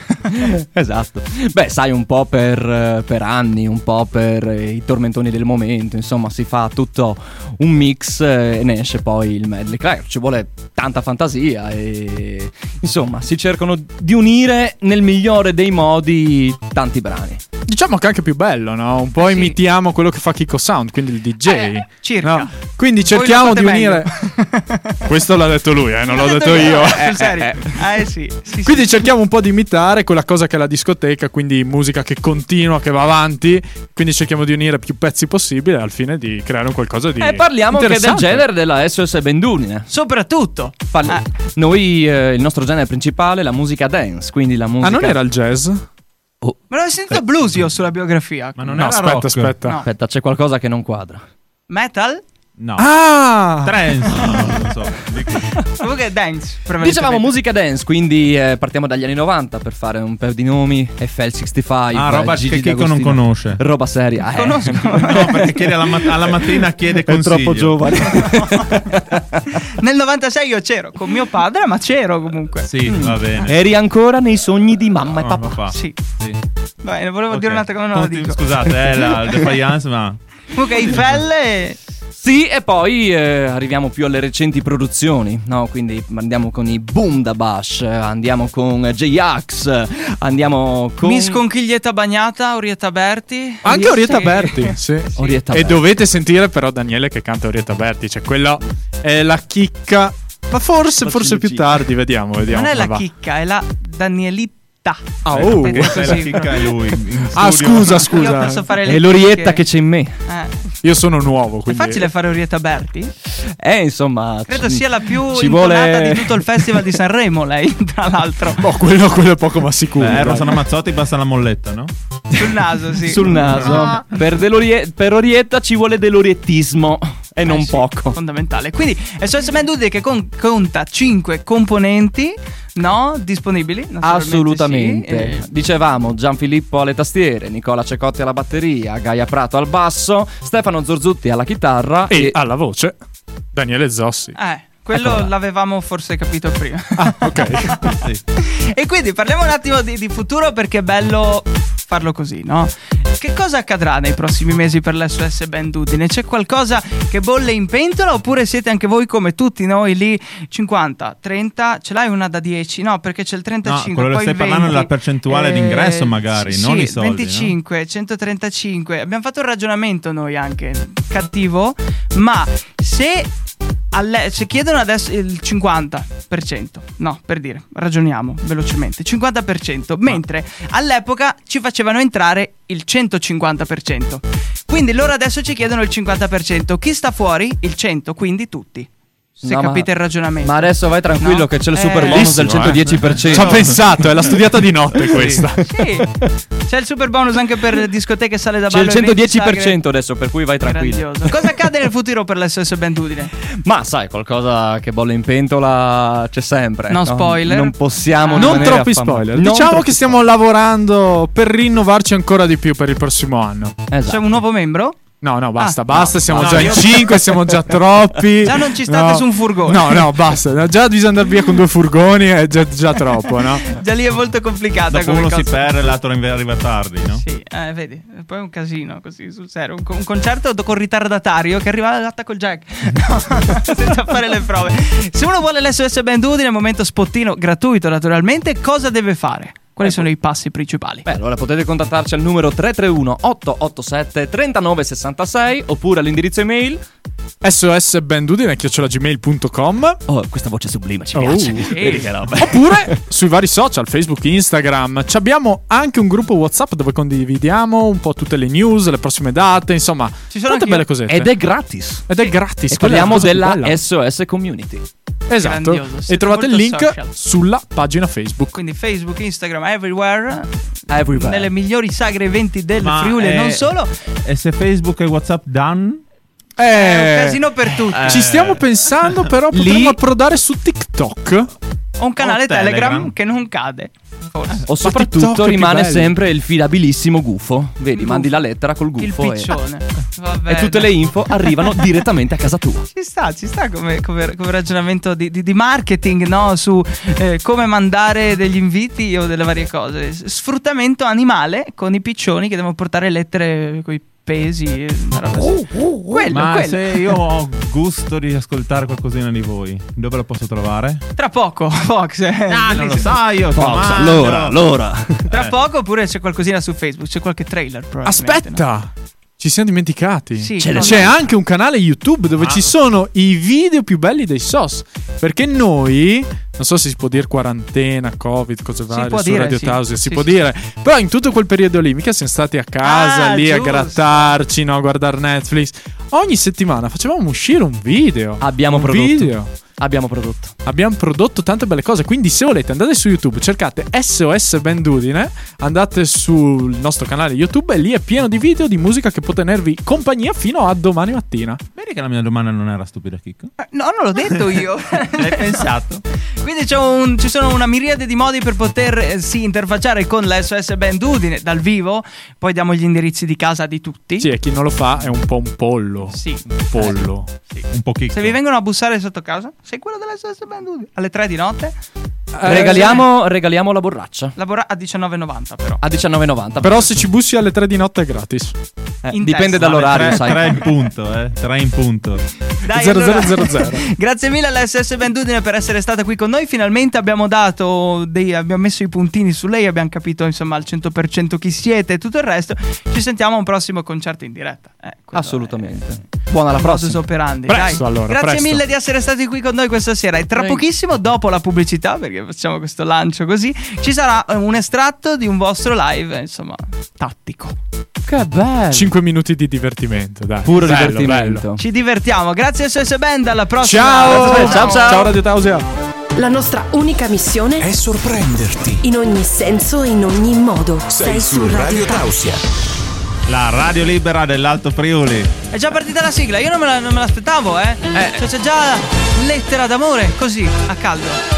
S7: esatto. Beh, sai, un po' per, eh, per anni, un po' per eh, i tormentoni del momento, insomma, si fa tutto un mix eh, e ne esce poi il medley. Claro, ci vuole tanta fantasia e insomma, si cercano di unire nel migliore dei modi tanti brani.
S8: Diciamo che è anche più bello, no? Un po'
S3: Sì.
S8: imitiamo quello che fa Kiko Sound, quindi il DJ.
S3: Eh, circa.
S8: no? Quindi
S3: Voi lo
S8: cerchiamo
S3: fate
S8: di
S3: meglio.
S8: unire.
S7: [laughs]
S8: Questo l'ha detto lui, eh,
S3: [laughs]
S8: non l'ho
S3: L'ho
S8: detto io.
S3: Sul serio. Ah, eh sì. sì, sì.
S8: Quindi cerchiamo un po' di imitare quella cosa che è la discoteca, quindi musica che continua, che va avanti. Quindi cerchiamo di unire più pezzi possibile al fine di creare un qualcosa
S3: Eh.
S8: di.
S7: E parliamo anche del
S8: interessante.
S7: genere della SOS Bendunine.
S3: Soprattutto.
S7: Parli-
S3: Ah,
S7: Noi, eh, il nostro genere principale è la musica dance, quindi la musica...
S8: Ah, non era il jazz?
S3: ma l'ho sentito blues io sulla biografia.
S4: Ma non
S8: no,
S4: era
S8: aspetta,
S4: rock.
S8: aspetta.
S3: No.
S7: Aspetta, c'è qualcosa che non quadra.
S3: Metal?
S4: No.
S8: Ah!
S4: Trance. no, non so.
S3: Comunque dance.
S7: Dicevamo
S3: prevalentemente.
S7: musica dance, quindi eh, partiamo dagli anni 90 per fare un paio di nomi. FL65,
S4: Ah, roba
S7: eh,
S4: che
S7: Gigi
S4: Chico
S7: D'Agostino.
S4: non
S7: [laughs]
S4: conosce.
S7: Roba seria. eh. [laughs]
S4: No, perché chiede alla, mat- alla mattina chiede consiglio.
S7: giovane.
S4: [laughs]
S3: Nel 96 io c'ero con mio padre, ma c'ero comunque.
S4: Sì, va bene.
S7: Eri ancora nei sogni di mamma e
S4: Mamma,
S7: papà.
S4: papà.
S3: Sì.
S4: Sì.
S3: Vabbè, ne volevo dire
S4: Ok.
S3: un'altra cosa, non la
S4: Conti-
S3: dico.
S4: Scusate,
S3: [laughs]
S4: eh, la il defiance, ma
S3: Comunque, i felle.
S7: Sì, e poi eh, arriviamo più alle recenti produzioni, no? Quindi andiamo con i Boom da Bash, eh, andiamo con eh, J-Ax, eh, andiamo con...
S3: Miss Conchiglietta Bagnata, Orietta Berti.
S8: Anche Orietta
S3: Sì. [laughs]
S8: Berti, sì.
S7: Orietta
S8: E
S7: Berti.
S8: dovete sentire però Daniele che canta Orietta Berti, cioè quella è la chicca. Ma forse, forse più tardi, vediamo, vediamo.
S3: Non è
S8: come
S3: la
S8: va.
S3: chicca, è la Danielitta.
S8: Ah,
S4: eh,
S8: oh.
S4: questa è la
S3: Sì,
S4: chicca
S3: però-
S4: è lui. in
S8: Ah,
S4: studio.
S8: scusa,
S3: Io
S8: scusa.
S3: posso fare le
S7: E l'orietta
S3: chicche.
S7: che c'è in me.
S3: Eh,
S8: Io sono nuovo,
S3: È
S8: quindi...
S3: facile fare Orietta Berti?
S7: Eh, insomma.
S3: Credo
S7: ci-
S3: sia la più
S7: ci
S3: intonata
S7: vuole-
S3: di tutto il Festival di Sanremo, lei, [laughs] tra l'altro.
S8: No, quello, quello è poco ma sicuro.
S4: Eh,
S8: dai.
S4: Rossana Mazzotti basta la molletta, no?
S3: Sul naso, sì.
S7: Sul naso.
S3: Ah.
S7: Per, Delorie- per Orietta ci vuole deloriettismo. E non
S3: Eh sì,
S7: poco.
S3: Fondamentale. Quindi SOS Man Dude che con- conta 5 componenti, no? Disponibili. naturalmente
S7: Assolutamente.
S3: sì, Eh. e-
S7: Dicevamo Gianfilippo alle tastiere, Nicola Cecotti alla batteria, Gaia Prato al basso, Stefano Zorzutti alla chitarra
S8: E alla voce, Daniele Zossi.
S3: Eh, quello
S7: Eccola. Ah,
S3: l'avevamo forse capito prima.
S4: Ok. Sì.
S3: e quindi parliamo un attimo di, di futuro perché è bello farlo così, no? Che cosa accadrà nei prossimi mesi per l'SOS Bandudine? C'è qualcosa che bolle in pentola oppure siete anche voi come tutti noi lì 50, 30, ce l'hai una da 10? No, perché c'è il 35,
S4: No, quello
S3: poi
S4: stai
S3: il 20.
S4: parlando della percentuale d'ingresso magari,
S3: sì,
S4: non
S3: sì,
S4: i soldi, no?
S3: 25, 135. Abbiamo fatto un ragionamento noi anche cattivo, ma se alle- se chiedono adesso il 50%, no, per dire, ragioniamo velocemente, 50%, mentre all'epoca ci facevano entrare il 150%. Quindi loro adesso ci chiedono il 50%, chi sta fuori? Il 100, quindi tutti. Se
S7: No, ma-
S3: capite il ragionamento.
S7: Ma adesso vai tranquillo
S3: No?
S7: che c'è il
S3: Eh,
S7: super bonus del 110%.
S8: Ci ha pensato, è la studiata di notte questa.
S3: [laughs] Sì. C'è il super bonus anche per discoteche e sale da
S7: C'è
S3: ballo.
S7: il
S3: eventi,
S7: 110%
S3: sagre.
S7: adesso, per cui vai tranquillo.
S3: Grandioso. Cosa accade nel futuro per l'SS Bandudine?
S7: Ma sai, qualcosa che bolle in pentola c'è sempre.
S3: No spoiler.
S7: Non possiamo
S3: Ah.
S8: Non
S7: rimanere
S8: troppi
S7: affamati.
S8: spoiler.
S7: Non
S8: diciamo
S7: troppi
S8: che stiamo lavorando per rinnovarci ancora di più per il prossimo anno.
S7: spoiler. Esatto.
S3: C'è un nuovo membro?
S8: No, no, basta,
S3: Ah,
S8: basta. siamo
S3: no, [laughs]
S8: già
S3: io-
S8: in 5, siamo già troppi.
S3: Già non ci state su un furgone.
S8: No, no, basta. no, già bisogna andare via con due furgoni, è già, già troppo,
S3: [laughs]
S8: no?
S3: Già lì è molto complicata
S4: Dopo
S3: come
S4: uno si
S3: cosa.
S4: perde, l'altro inve- arriva tardi, no?
S3: Sì, eh, vedi, poi è un casino così sul serio. Un, co- un concerto do- con ritardatario che arriva all'atta col jack [laughs] No, senza fare le prove. Se uno vuole l'SOS Bandudine, al momento spottino gratuito naturalmente, cosa deve fare? Quali sono i passi principali?
S7: Beh, allora potete contattarci al numero 331-887-3966 oppure all'indirizzo email.
S8: sosbandudine.gmail.com
S7: Oh, questa voce sublima ci
S8: Oh.
S7: piace.
S8: Sì.
S7: Vedi che roba.
S3: [laughs]
S8: Oppure sui vari social, Facebook, Instagram. Ci abbiamo anche un gruppo WhatsApp dove condividiamo un po' tutte le news, le prossime date, insomma,
S3: Ci sono
S8: tante
S3: anche io.
S8: belle cosette.
S7: Ed è gratis.
S8: Ed è gratis.
S7: E
S8: quella è la
S7: parliamo
S8: cosa più
S7: della
S8: bella.
S7: SOS Community.
S8: Esatto.
S3: Grandioso,
S8: E
S3: siete
S8: trovate il
S3: molto
S8: link
S3: social.
S8: sulla pagina Facebook.
S3: Quindi Facebook, Instagram, everywhere,
S7: Everywhere.
S3: nelle migliori sagre eventi del
S4: Ma
S3: Friuli e
S4: è-
S3: non solo.
S4: E se Facebook e WhatsApp done?
S8: Eh,
S3: È un casino per tutti.
S7: Eh.
S8: Ci stiamo pensando, però potremmo approdare su TikTok.
S3: Ho un canale
S4: o
S3: Telegram,
S4: Telegram.
S3: che non cade. Forse.
S7: O
S8: TikTok è
S7: soprattutto
S8: più
S7: rimane
S8: bello.
S7: sempre il fidabilissimo gufo. Vedi,
S3: Il
S7: mandi
S3: gufo.
S7: la lettera col
S3: Il
S7: gufo. e-
S3: piccione. Vabbè,
S7: e tutte
S3: no.
S7: le info
S8: [laughs]
S7: arrivano direttamente a casa tua.
S3: Ci sta, ci sta come, come- come ragionamento di, di- di marketing, no? Su eh, come mandare degli inviti o delle varie cose. S- Sfruttamento animale con i piccioni che devono portare lettere con i pesi. e una roba così. quello,
S4: Ma
S3: Eh, quello.
S4: se io ho gusto di ascoltare qualcosina di voi, dove la posso trovare?
S3: Tra poco, [laughs] Fox. eh,
S4: non
S3: bellissimo.
S4: lo so io,
S8: Ah,
S7: Forza,
S4: Tommaso.
S7: allora, allora.
S8: [laughs]
S3: Tra
S4: Eh.
S3: poco oppure c'è qualcosina su Facebook, c'è qualche trailer probabilmente. no?
S8: Aspetta, ci siamo dimenticati.
S3: Sì,
S7: Ce
S3: no,
S7: l'hai.
S8: C'è anche un canale YouTube dove
S4: Ah.
S8: ci sono i video più belli dei SOS. Perché noi, non so se si può dire quarantena, Covid, cose varie,
S3: può
S8: su
S3: dire,
S8: Radio
S3: sì.
S8: Tausia, si
S3: Sì,
S8: può
S3: sì,
S8: dire. Però in tutto quel periodo lì, mica siamo stati a casa
S3: Ah,
S8: lì a
S3: giusto.
S8: grattarci, no, a guardare Netflix. Ogni settimana facevamo uscire un video.
S7: Abbiamo
S8: un
S7: prodotto.
S8: video.
S7: Abbiamo prodotto.
S8: Abbiamo prodotto tante belle cose, quindi se volete andate su YouTube, cercate SOS Bandudine, andate sul nostro canale YouTube e lì è pieno di video di musica che può tenervi compagnia fino a domani mattina.
S4: Vedi che la mia domanda non era stupida, Chicco?
S3: Eh, No, non l'ho detto io.
S4: L'hai pensato?
S3: Quindi c'è un- ci sono una miriade di modi per potersi interfacciare con la SOS Bandudine dal vivo. Poi diamo gli indirizzi di casa di tutti.
S8: Sì, e chi non lo fa è un po' un pollo.
S3: Sì.
S8: Un pollo.
S4: Un po' Chicco.
S3: Se vi vengono a bussare sotto casa, sei quello della SOS Bandudine. Alle 3 di notte,
S8: Eh,
S7: Eh, regaliamo, regaliamo la borraccia.
S3: lavora a 19,90 però.
S7: A 19,90.
S8: Però se ci bussi alle 3 di notte è gratis.
S7: Eh,
S3: in
S7: dipende
S3: testa.
S7: dall'orario,
S4: tre,
S7: sai.
S4: tre in punto, eh. Tre in punto.
S3: Dai,
S8: 0000.
S3: [laughs] Grazie mille alla SS Vendudine per essere stata qui con noi. Finalmente abbiamo dato dei, abbiamo messo i puntini su lei, abbiamo capito insomma al 100% chi siete e tutto il resto. Ci sentiamo a un prossimo concerto in diretta. Eh, quello
S7: Assolutamente. Buona alla
S3: è- modus
S7: prossima.
S3: operandi,
S8: Presto,
S3: dai.
S8: allora,
S3: Grazie
S8: presto.
S3: mille di essere stati qui con noi questa sera. E tra
S7: Prego.
S3: pochissimo, dopo la pubblicità, perché facciamo questo lancio così, ci sarà eh, un estratto di un vostro live, insomma, tattico.
S7: Che bello.
S8: 5 minuti di divertimento, dai.
S7: Puro
S8: Bello,
S7: divertimento.
S8: bello.
S3: Ci divertiamo. Grazie SS Band, alla prossima.
S8: Ciao!
S3: Aspetta,
S8: Ciao Radio Tausia.
S6: La nostra unica missione
S5: È sorprenderti.
S6: in ogni senso e in ogni modo.
S5: Sei su Radio Tausia.
S4: La radio libera dell'Alto Friuli.
S3: È già partita la sigla, io non me, la- non me l'aspettavo, eh. Cioè, c'è già lettera d'amore, così, a caldo.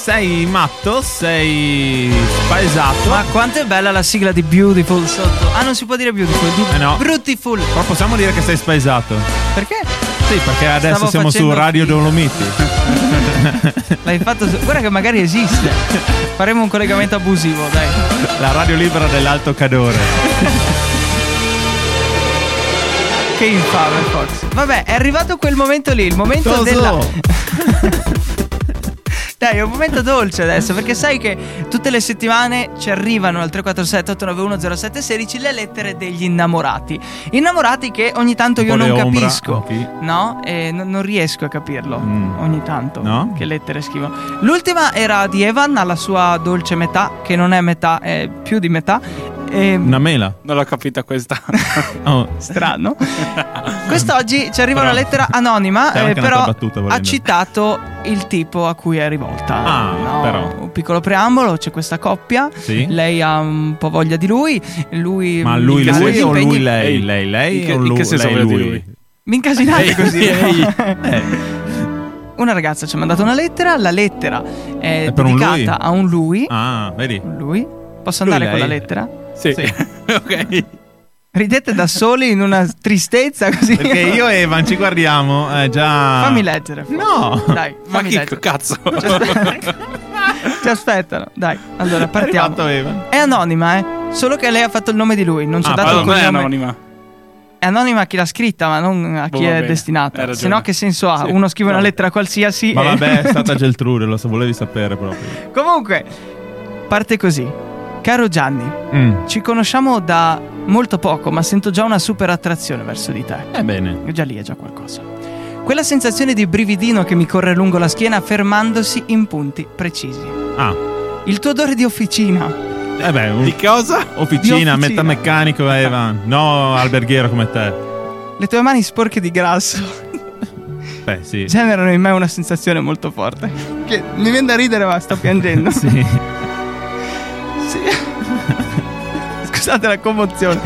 S4: Sei matto, sei spaesato.
S3: Ma quanto è bella la sigla di Beautiful sotto. Ah, non si può dire Beautiful, di
S4: Eh no.
S3: Brutiful.
S4: Però possiamo dire che sei spaesato.
S3: Perché?
S4: Sì, perché adesso
S3: Stavo
S4: siamo su
S3: facendo
S4: Radio
S3: finta.
S4: Dolomiti.
S3: L'hai fatto su- Guarda che magari esiste. Faremo un collegamento abusivo, dai.
S4: La radio libera dell'Alto Cadore.
S3: Che infame, Fox. Vabbè, è arrivato quel momento lì, il momento
S4: Toso.
S3: della. [laughs] Dai, è un momento dolce adesso, perché sai che tutte le settimane ci arrivano al 347-891-0716 le lettere degli innamorati. Innamorati che ogni tanto
S4: Un
S3: io
S4: po'
S3: non
S4: le ombra,
S3: capisco.
S4: ok.
S3: No? E non- non riesco a capirlo
S4: Mm.
S3: ogni tanto.
S4: No?
S3: Che lettere scrivono. L'ultima era di Evan alla sua dolce metà, che non è metà, è più di metà. Ehm, E...
S4: Una mela.
S2: Non l'ho capita
S7: [laughs]
S2: questa.
S4: Oh, [laughs]
S3: Strano. Quest'oggi ci arriva
S4: Però-
S3: una lettera anonima,
S4: C'era
S3: eh,
S4: anche
S3: però
S4: un'altra battuta,
S3: ha
S4: volendo.
S3: citato il tipo a cui è rivolta.
S4: Ah, però.
S3: Un piccolo preambolo, c'è questa coppia.
S4: Sì.
S3: Lei ha un po' voglia di lui, lui
S4: Ma lui
S3: in
S4: lui,
S3: casa di
S4: o
S3: impegni-
S4: lui lei? Lei lei
S2: In che-
S4: o
S2: in
S4: lui,
S2: che senso
S4: lei,
S2: voglio
S4: lui?
S2: dire lui?
S3: Mi incasinate
S4: [laughs]
S3: così.
S4: Ehi.
S3: [laughs]
S4: Eh,
S3: Una ragazza ci ha mandato una lettera, la lettera è,
S4: È per un
S3: dedicata
S4: lui?
S3: a un lui.
S4: Ah, vedi?
S3: Un lui. Posso
S4: Lui,
S3: andare con la
S4: lei.
S3: lettera?
S2: sì.
S4: Sì.
S2: ok.
S3: Ridete da soli in una tristezza così.
S4: Perché io e Evan ci guardiamo eh, già...
S3: Fammi leggere.
S4: No!
S3: Dai,
S2: Ma
S3: fammi
S2: chi
S3: leggere.
S2: cazzo?
S3: Ci aspe- Ci aspettano, dai. Allora
S4: È
S3: partiamo.
S4: arrivato Evan.
S3: È anonima, eh. Solo che lei ha fatto il nome di lui, non ci ha
S4: Ah,
S3: dato
S2: Ma
S3: il
S2: non è
S3: cognome.
S2: anonima.
S3: È anonima a chi l'ha scritta, ma non a
S2: Boh,
S3: chi
S2: va
S3: è
S2: bene, hai
S3: destinata.
S2: ragione.
S3: Se no, che senso ha?
S2: Sì.
S3: Uno scrive una
S2: No.
S3: lettera qualsiasi.
S4: Ma
S3: e-
S4: vabbè, è stata Geltrude, lo so, volevi sapere proprio.
S3: [laughs] Comunque, parte così. Caro Gianni,
S4: Mm.
S3: ci conosciamo da molto poco, ma sento già una super attrazione verso di te.
S4: Eh bene.
S3: E Già lì è già qualcosa. Quella sensazione di brividino che mi corre lungo la schiena fermandosi in punti precisi.
S4: Ah,
S3: Il tuo odore di officina.
S4: eh beh, un-
S2: Di cosa?
S4: officina,
S3: officina.
S4: metà meccanico Evan. No, alberghiero come te.
S3: Le tue mani sporche di grasso
S4: Beh, sì.
S3: generano in me una sensazione molto forte. Che mi viene da ridere, ma sto piangendo.
S4: [laughs] Sì.
S3: Sì. [laughs] Scusate la commozione.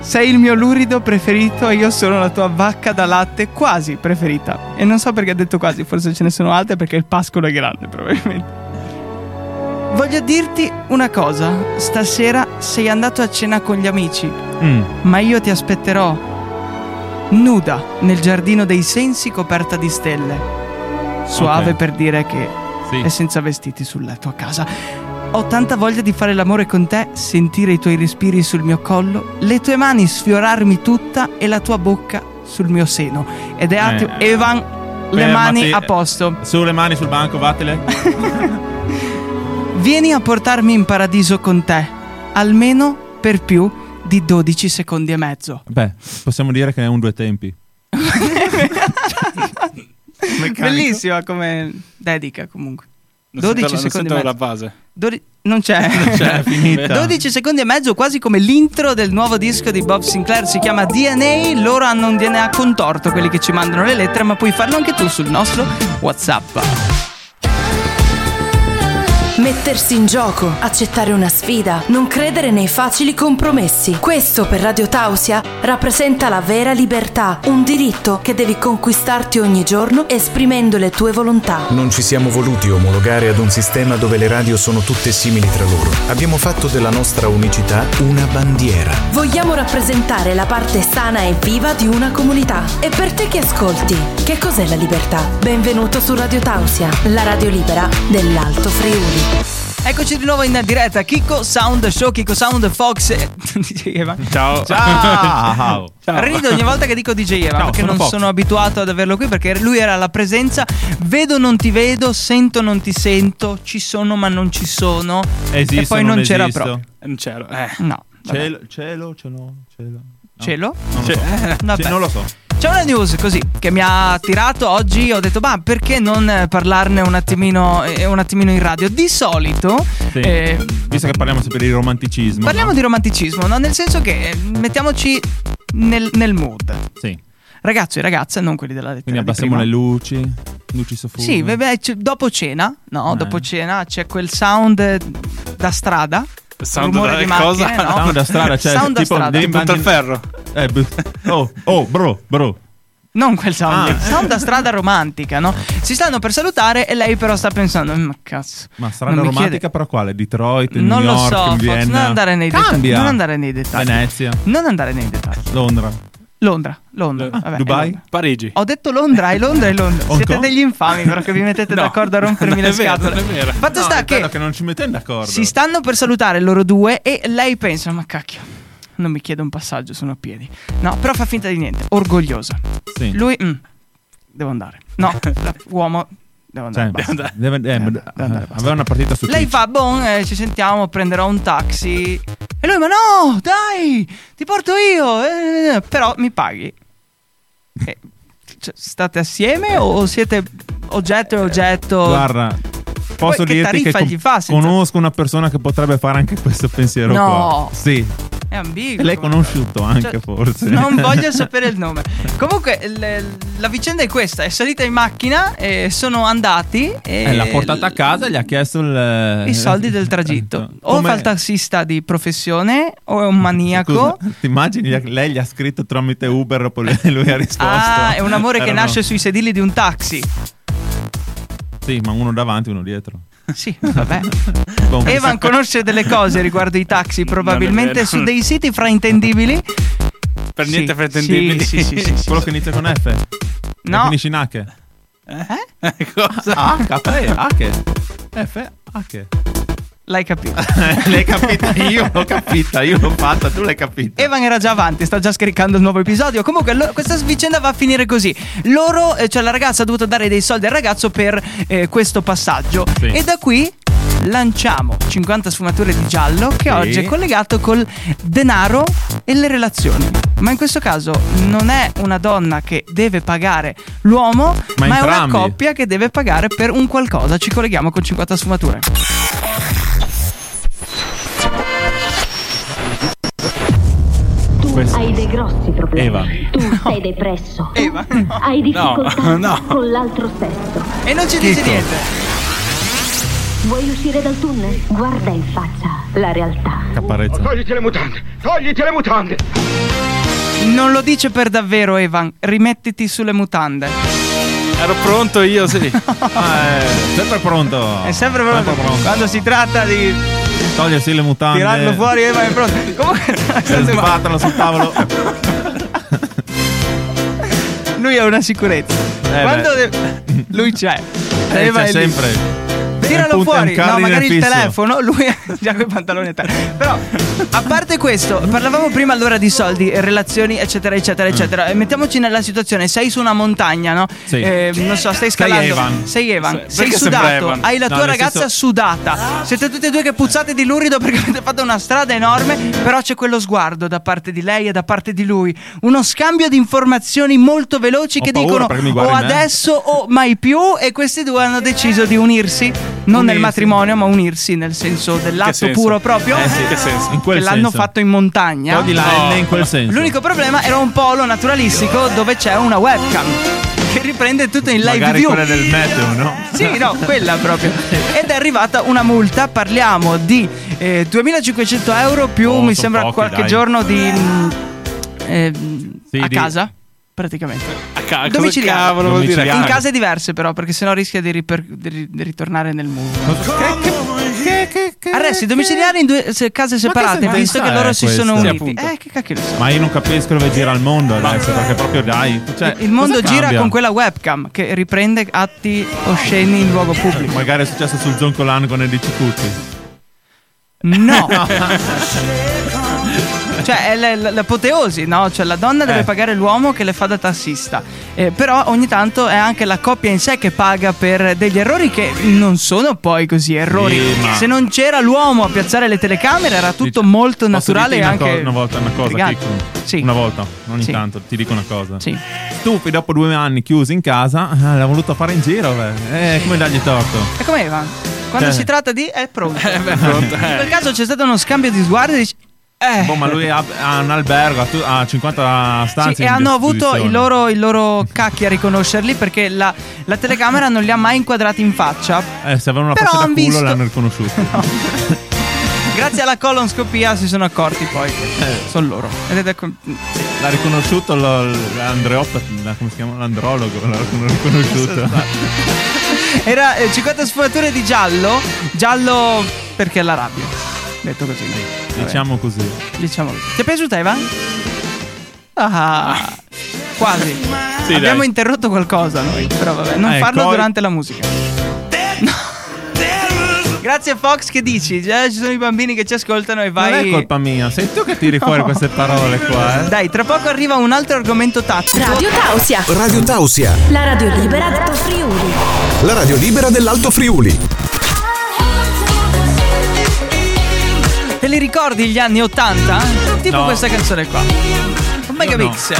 S3: Sei il mio lurido preferito e io sono la tua vacca da latte quasi preferita. E non so perché ha detto quasi, forse ce ne sono altre perché il pascolo è grande probabilmente. Voglio dirti una cosa, stasera sei andato a cena con gli amici,
S4: Mm.
S3: ma io ti aspetterò nuda nel giardino dei sensi coperta di stelle. Suave
S4: Ok.
S3: per dire che
S4: Sì.
S3: è senza vestiti sul letto a casa. Ho tanta voglia di fare l'amore con te, sentire i tuoi respiri sul mio collo, le tue mani sfiorarmi tutta e la tua bocca sul mio seno. Ed è attimo,
S4: Eh,
S3: Evan, le
S4: fermati.
S3: mani a posto.
S4: Su le mani sul banco, vattene.
S3: [laughs] Vieni a portarmi in paradiso con te, almeno per più di 12 secondi e mezzo.
S4: Beh, possiamo dire che è un due tempi. Meccanico.
S3: Bellissima come dedica comunque. 12
S2: sento la-
S3: secondi
S2: Non
S3: e
S2: sento la
S3: mezzo.
S2: base.
S3: Dori- non c'è. [laughs]
S4: Cioè, è finita.
S3: 12 secondi e mezzo, quasi come l'intro del nuovo disco di Bob Sinclair, si chiama DNA. Loro hanno un DNA contorto, quelli che ci mandano le lettere, ma puoi farlo anche tu sul nostro WhatsApp.
S6: Mettersi in gioco, accettare una sfida, non credere nei facili compromessi. Questo per Radio Tausia rappresenta la vera libertà, un diritto che devi conquistarti ogni giorno esprimendo le tue volontà.
S5: Non ci siamo voluti omologare ad un sistema dove le radio sono tutte simili tra loro. Abbiamo fatto della nostra unicità una bandiera.
S6: Vogliamo rappresentare la parte sana e viva di una comunità. E per te che ascolti, che cos'è la libertà? Benvenuto su Radio Tausia, la radio libera dell'Alto Friuli.
S3: Eccoci di nuovo in diretta, Kiko Sound Show, Kiko Sound Fox. [laughs] e- DJ Eva.
S2: Ciao.
S4: Ciao.
S3: Rido ogni volta che dico DJ Eva
S4: Ciao,
S3: perché
S4: sono
S3: non
S4: Fox.
S3: sono abituato ad averlo qui perché lui era alla presenza. Vedo non ti vedo, sento non ti sento, ci sono ma non ci sono.
S4: Esisto,
S3: e poi non,
S4: non
S3: c'era
S4: esisto.
S3: proprio.
S2: Non c'ero. Eh.
S3: No. vabbè.
S4: Cielo, cielo, cielo, cielo. No,
S3: Cielo?
S4: Non lo so.
S3: Vabbè.
S4: Cioè, non lo so.
S3: C'è una news così che mi ha attirato oggi. Ho detto, ma perché non eh, parlarne un attimino, eh, un attimino in radio? Di solito.
S4: Sì.
S3: eh,
S4: Visto che parliamo sempre di romanticismo.
S3: Parliamo di romanticismo, no? Nel senso che eh, mettiamoci nel, nel mood.
S4: Sì.
S3: Ragazzi e ragazze, non quelli della lettera.
S4: Quindi
S3: di
S4: abbassiamo
S3: Eh, prima.
S4: le luci, luci soffuse.
S3: Sì, beh, beh, c- dopo cena, no?
S4: Eh.
S3: Dopo cena c'è quel sound eh, da strada.
S2: Sound
S3: rumore
S2: da-
S3: di macchine,
S2: [laughs] cosa?
S3: no?
S4: Sound da strada, cioè,
S3: Sound da
S4: tipo
S3: strada.
S4: devi-
S2: Punta il ferro.
S4: Eh, bu- oh, oh, bro, bro.
S3: Non quel sound,
S4: Ah.
S3: sound da strada romantica, no? Si stanno per salutare e lei però sta pensando, "Mm, ma cazzo.
S4: Ma strada
S3: non mi
S4: romantica
S3: chiede-
S4: però quale? Detroit,
S3: Non
S4: New
S3: lo
S4: York,
S3: so, Fox,
S4: Vienna.
S3: non andare nei dettagli,
S4: Cambia.
S3: non andare nei dettagli.
S4: Venezia,
S3: Non andare nei dettagli.
S4: Londra,
S3: Londra, Londra.
S4: Ah,
S3: vabbè, è
S4: Dubai.
S3: Londra.
S2: Parigi.
S3: Ho detto Londra, è Londra, è Londra.
S4: Hong
S3: Siete
S4: Kong?
S3: degli infami però che vi
S4: [laughs]
S3: mettete
S2: No,
S3: d'accordo a rompermi
S2: non
S3: le
S2: è vero,
S3: scatole.
S2: non è vero.
S3: Fatto sta
S4: è bello
S3: che,
S4: che non ci mettete d'accordo.
S3: si stanno per salutare loro due e lei pensa, ma cacchio. Non mi chiede un passaggio, sono a piedi. No, però fa finta di niente, orgogliosa.
S4: Sì.
S3: Lui, mm, devo andare. No, la- uomo, devo
S4: Cioè,
S3: andare. basta.
S4: basta. Deve- eh, ma-
S3: andare, andare, basta.
S4: aveva una partita su
S3: Lei
S4: Twitch.
S3: fa, bon, eh, ci sentiamo, prenderò un taxi. E lui, ma no, dai, ti porto io, eh, però mi paghi. Eh, cioè, state assieme o siete oggetto e oggetto?
S4: Guarda, posso
S3: che
S4: dirti che
S3: tariffa gli
S4: con-
S3: fa senza-
S4: conosco una persona che potrebbe fare anche questo pensiero
S3: No.
S4: qua. Sì.
S3: È ambiguo.
S4: E l'hai conosciuto anche
S3: Cioè,
S4: forse.
S3: Non
S4: [laughs]
S3: voglio sapere il nome. Comunque, l- la vicenda è questa: è salita in macchina, e sono andati. E
S4: Eh, l'ha portata a casa e gli ha chiesto il- eh, esatto.
S3: I soldi del tragitto. O
S4: Come-
S3: fa il taxista di professione, o è un maniaco.
S4: Scusa, ti immagini gli ha- lei gli ha scritto tramite Uber poi lui- [laughs] lui ha risposto.
S3: Ah, è un amore che
S4: Erano-
S3: nasce sui sedili di un taxi.
S4: Sì, ma uno davanti, uno dietro.
S3: Sì,
S4: [laughs]
S3: vabbè.
S4: Boh.
S3: Evan conosce delle cose riguardo i taxi, probabilmente
S2: vero.
S3: su dei siti fraintendibili.
S2: Per
S3: Sì,
S2: niente
S3: sì,
S2: pretendibili.
S3: sì, sì, sì, sì.
S4: quello che inizia con F. e
S3: No.
S4: Finisce in H.
S3: Eh?
S2: Cosa?
S4: H, F, H. F, H. [laughs]
S3: L'hai capito.
S4: L'hai capita io, l'ho capita, io l'ho fatta, tu l'hai capita.
S3: Evan era già avanti, sta già scaricando il nuovo episodio. Comunque, lo- questa vicenda va a finire così. Loro, eh, cioè la ragazza ha dovuto dare dei soldi al ragazzo per eh, questo passaggio.
S4: Sì.
S3: E da qui lanciamo 50 sfumature di giallo che oggi è collegato col denaro e le relazioni. Ma in questo caso non è una donna che deve pagare l'uomo, ma,
S4: Ma
S3: è una
S4: entrambi.
S3: coppia che deve pagare per un qualcosa. Ci colleghiamo con 50 sfumature.
S9: Tu
S4: Questo-
S9: hai dei grossi problemi.
S4: Eva.
S9: Tu sei depresso.
S3: Eva, no.
S9: Hai difficoltà
S2: No, no.
S9: con l'altro sesso.
S3: E non ci dice niente.
S9: Vuoi uscire dal tunnel? Guarda in faccia la realtà.
S4: Caparezza.
S10: Togliti le mutande! Togliti le mutande!
S3: Non lo dice per davvero, Evan. Rimettiti sulle mutande.
S2: Ero pronto io,
S3: [laughs]
S2: sì.
S4: Ah, eh, sempre pronto.
S3: È sempre pronto. Quando si tratta di
S4: Togliersi le mutande.
S3: tirarlo fuori, Eh, Evan è
S4: [laughs]
S3: pronto. Comunque,
S4: eh,
S3: state male.
S4: Sbatterlo
S3: [laughs]
S4: sul tavolo. Eh,
S3: lui ha una sicurezza.
S4: Eh beh.
S3: Quando de- lui c'è.
S4: Eh,
S3: Evan
S4: c'è
S3: è lì.
S4: sempre. Punta
S3: Tiralo
S4: un
S3: fuori, no,
S4: carri nel
S3: magari il
S4: fisso.
S3: telefono, [laughs] lui ha già quei pantaloni a terra. Però, a parte questo, parlavamo prima allora di soldi, relazioni, eccetera, eccetera, eccetera. E mettiamoci nella situazione, sei su una montagna, no?
S4: Mm. Sì.
S3: Eh, non so, stai scalando.
S4: Evan.
S3: Sei Evan,
S2: Sì,
S3: sei
S2: perché sembra
S3: sudato,
S2: Evan?
S3: hai la
S4: No,
S3: tua
S4: nel
S3: ragazza
S4: senso-
S3: sudata. Siete tutte e due che puzzate di lurido perché avete fatto una strada enorme, però c'è quello sguardo da parte di lei e da parte di lui. Uno scambio di informazioni molto veloci
S4: Ho
S3: che
S4: paura
S3: dicono
S4: perché mi
S3: o
S4: guardi in me."
S3: adesso sesso o mai più e questi due hanno deciso di unirsi non nel
S4: Unirsi.
S3: matrimonio ma unirsi nel senso
S2: Che
S3: dell'atto
S2: senso?
S3: puro proprio
S2: Eh sì, che senso?
S4: In
S3: che
S4: quel
S3: l'hanno
S4: senso.
S3: fatto in montagna
S4: Un po' di là
S2: No.
S4: in quel senso.
S3: eh? l'unico problema era un polo naturalistico dove c'è una webcam che riprende tutto in live
S4: Magari
S3: view
S4: quella del meteo, no?
S3: sì, no, quella proprio. Ed è arrivata una multa, parliamo di eh, 2500 euro più,
S4: Oh,
S3: mi
S4: son
S3: sembra,
S4: pochi,
S3: qualche
S4: dai.
S3: giorno di... mm, ehm,
S4: Sì,
S3: a
S4: di-
S3: casa, praticamente.
S2: A ca- cosa
S3: Domiciliare.
S2: cavolo vuol dire?
S3: In
S4: Domiciliare. Ah.
S3: case diverse però, perché sennò rischia di, riper- di ri- di ritornare nel muro. Arresti domiciliari in due se- case separate,
S4: sentenza
S3: visto che
S4: è
S3: loro si sono
S4: questa?
S2: Sì,
S3: uniti.
S2: appunto.
S3: eh, che cacchio ne so.
S4: Ma io non capisco dove gira il mondo adesso, perché proprio dai. cioè,
S3: Il mondo
S4: cosa
S3: gira
S4: cambia?
S3: con quella webcam che riprende atti osceni in luogo pubblico.
S4: Magari è successo sul Zoncolan con Edici Cucchi. [laughs]
S3: No! cioè, è l- l- l'apoteosi, no? Cioè, la donna deve
S4: Eh.
S3: pagare l'uomo che le fa da tassista. Eh, però ogni tanto è anche la coppia in sé che paga per degli errori che non sono poi così errori.
S4: Sì, ma-
S3: Se non c'era l'uomo a piazzare le telecamere era tutto
S4: Dic-
S3: molto
S4: Posso
S3: naturale e
S4: dirti
S3: anche...
S4: una, co- una volta una cosa,
S3: intrigante.
S4: Kiko?
S3: Sì.
S4: Una volta, ogni
S3: Sì.
S4: tanto, ti dico una cosa.
S3: Sì.
S4: Stufi dopo due anni chiusi in casa, ah, l'ha voluto fare in giro, beh. Eh, come dargli torto?
S3: E come va? Quando
S4: Eh.
S3: si tratta di... è
S4: [laughs]
S3: pronto.
S2: Pronto?
S3: In
S2: Eh.
S3: quel caso c'è stato uno scambio di sguardi e dici, Eh...
S4: Boh, ma lui ha, ha un albergo, ha tu- ha 50 stanze.
S3: Sì, e
S4: in
S3: hanno avuto
S4: disposizione.
S3: il loro, il loro cacchi a riconoscerli perché la, la telecamera non li ha mai inquadrati in faccia.
S4: Eh, se avevano una
S3: Però
S4: faccia da
S3: han
S4: culo
S3: visto- [laughs]
S4: l'hanno riconosciuto.
S3: Grazie alla colonscopia si sono accorti poi. Sono loro. Ed è da com-
S4: L'ha riconosciuto lo- l'andreopa, la- come si chiama? L'andrologo, l'ha ricon- riconosciuto.
S3: Era eh, 50 sfumature di giallo. Giallo perché la rabbia. Detto così. Vabbè,
S4: diciamo così.
S3: diciamo così. Ti è piaciuta Eva? Ah, quasi.
S2: Sì,
S3: Abbiamo
S2: dai.
S3: interrotto qualcosa noi, però vabbè, non
S4: Eh,
S3: farlo
S4: coi-
S3: durante la musica. Grazie Fox, che dici? Già ci sono i bambini che ci ascoltano e vai...
S4: Non è colpa mia, sei tu che
S3: [laughs]
S4: tiri fuori queste parole qua, eh.
S3: Dai, tra poco arriva un altro argomento tattico.
S6: Radio Tausia,
S5: Radio Tausia,
S6: la radio libera
S9: Alto Friuli.
S5: la radio libera dell'Alto Friuli.
S3: Te li ricordi gli anni 80? Tipo
S4: No.
S3: questa canzone qua. Un mega
S4: no.
S3: mix.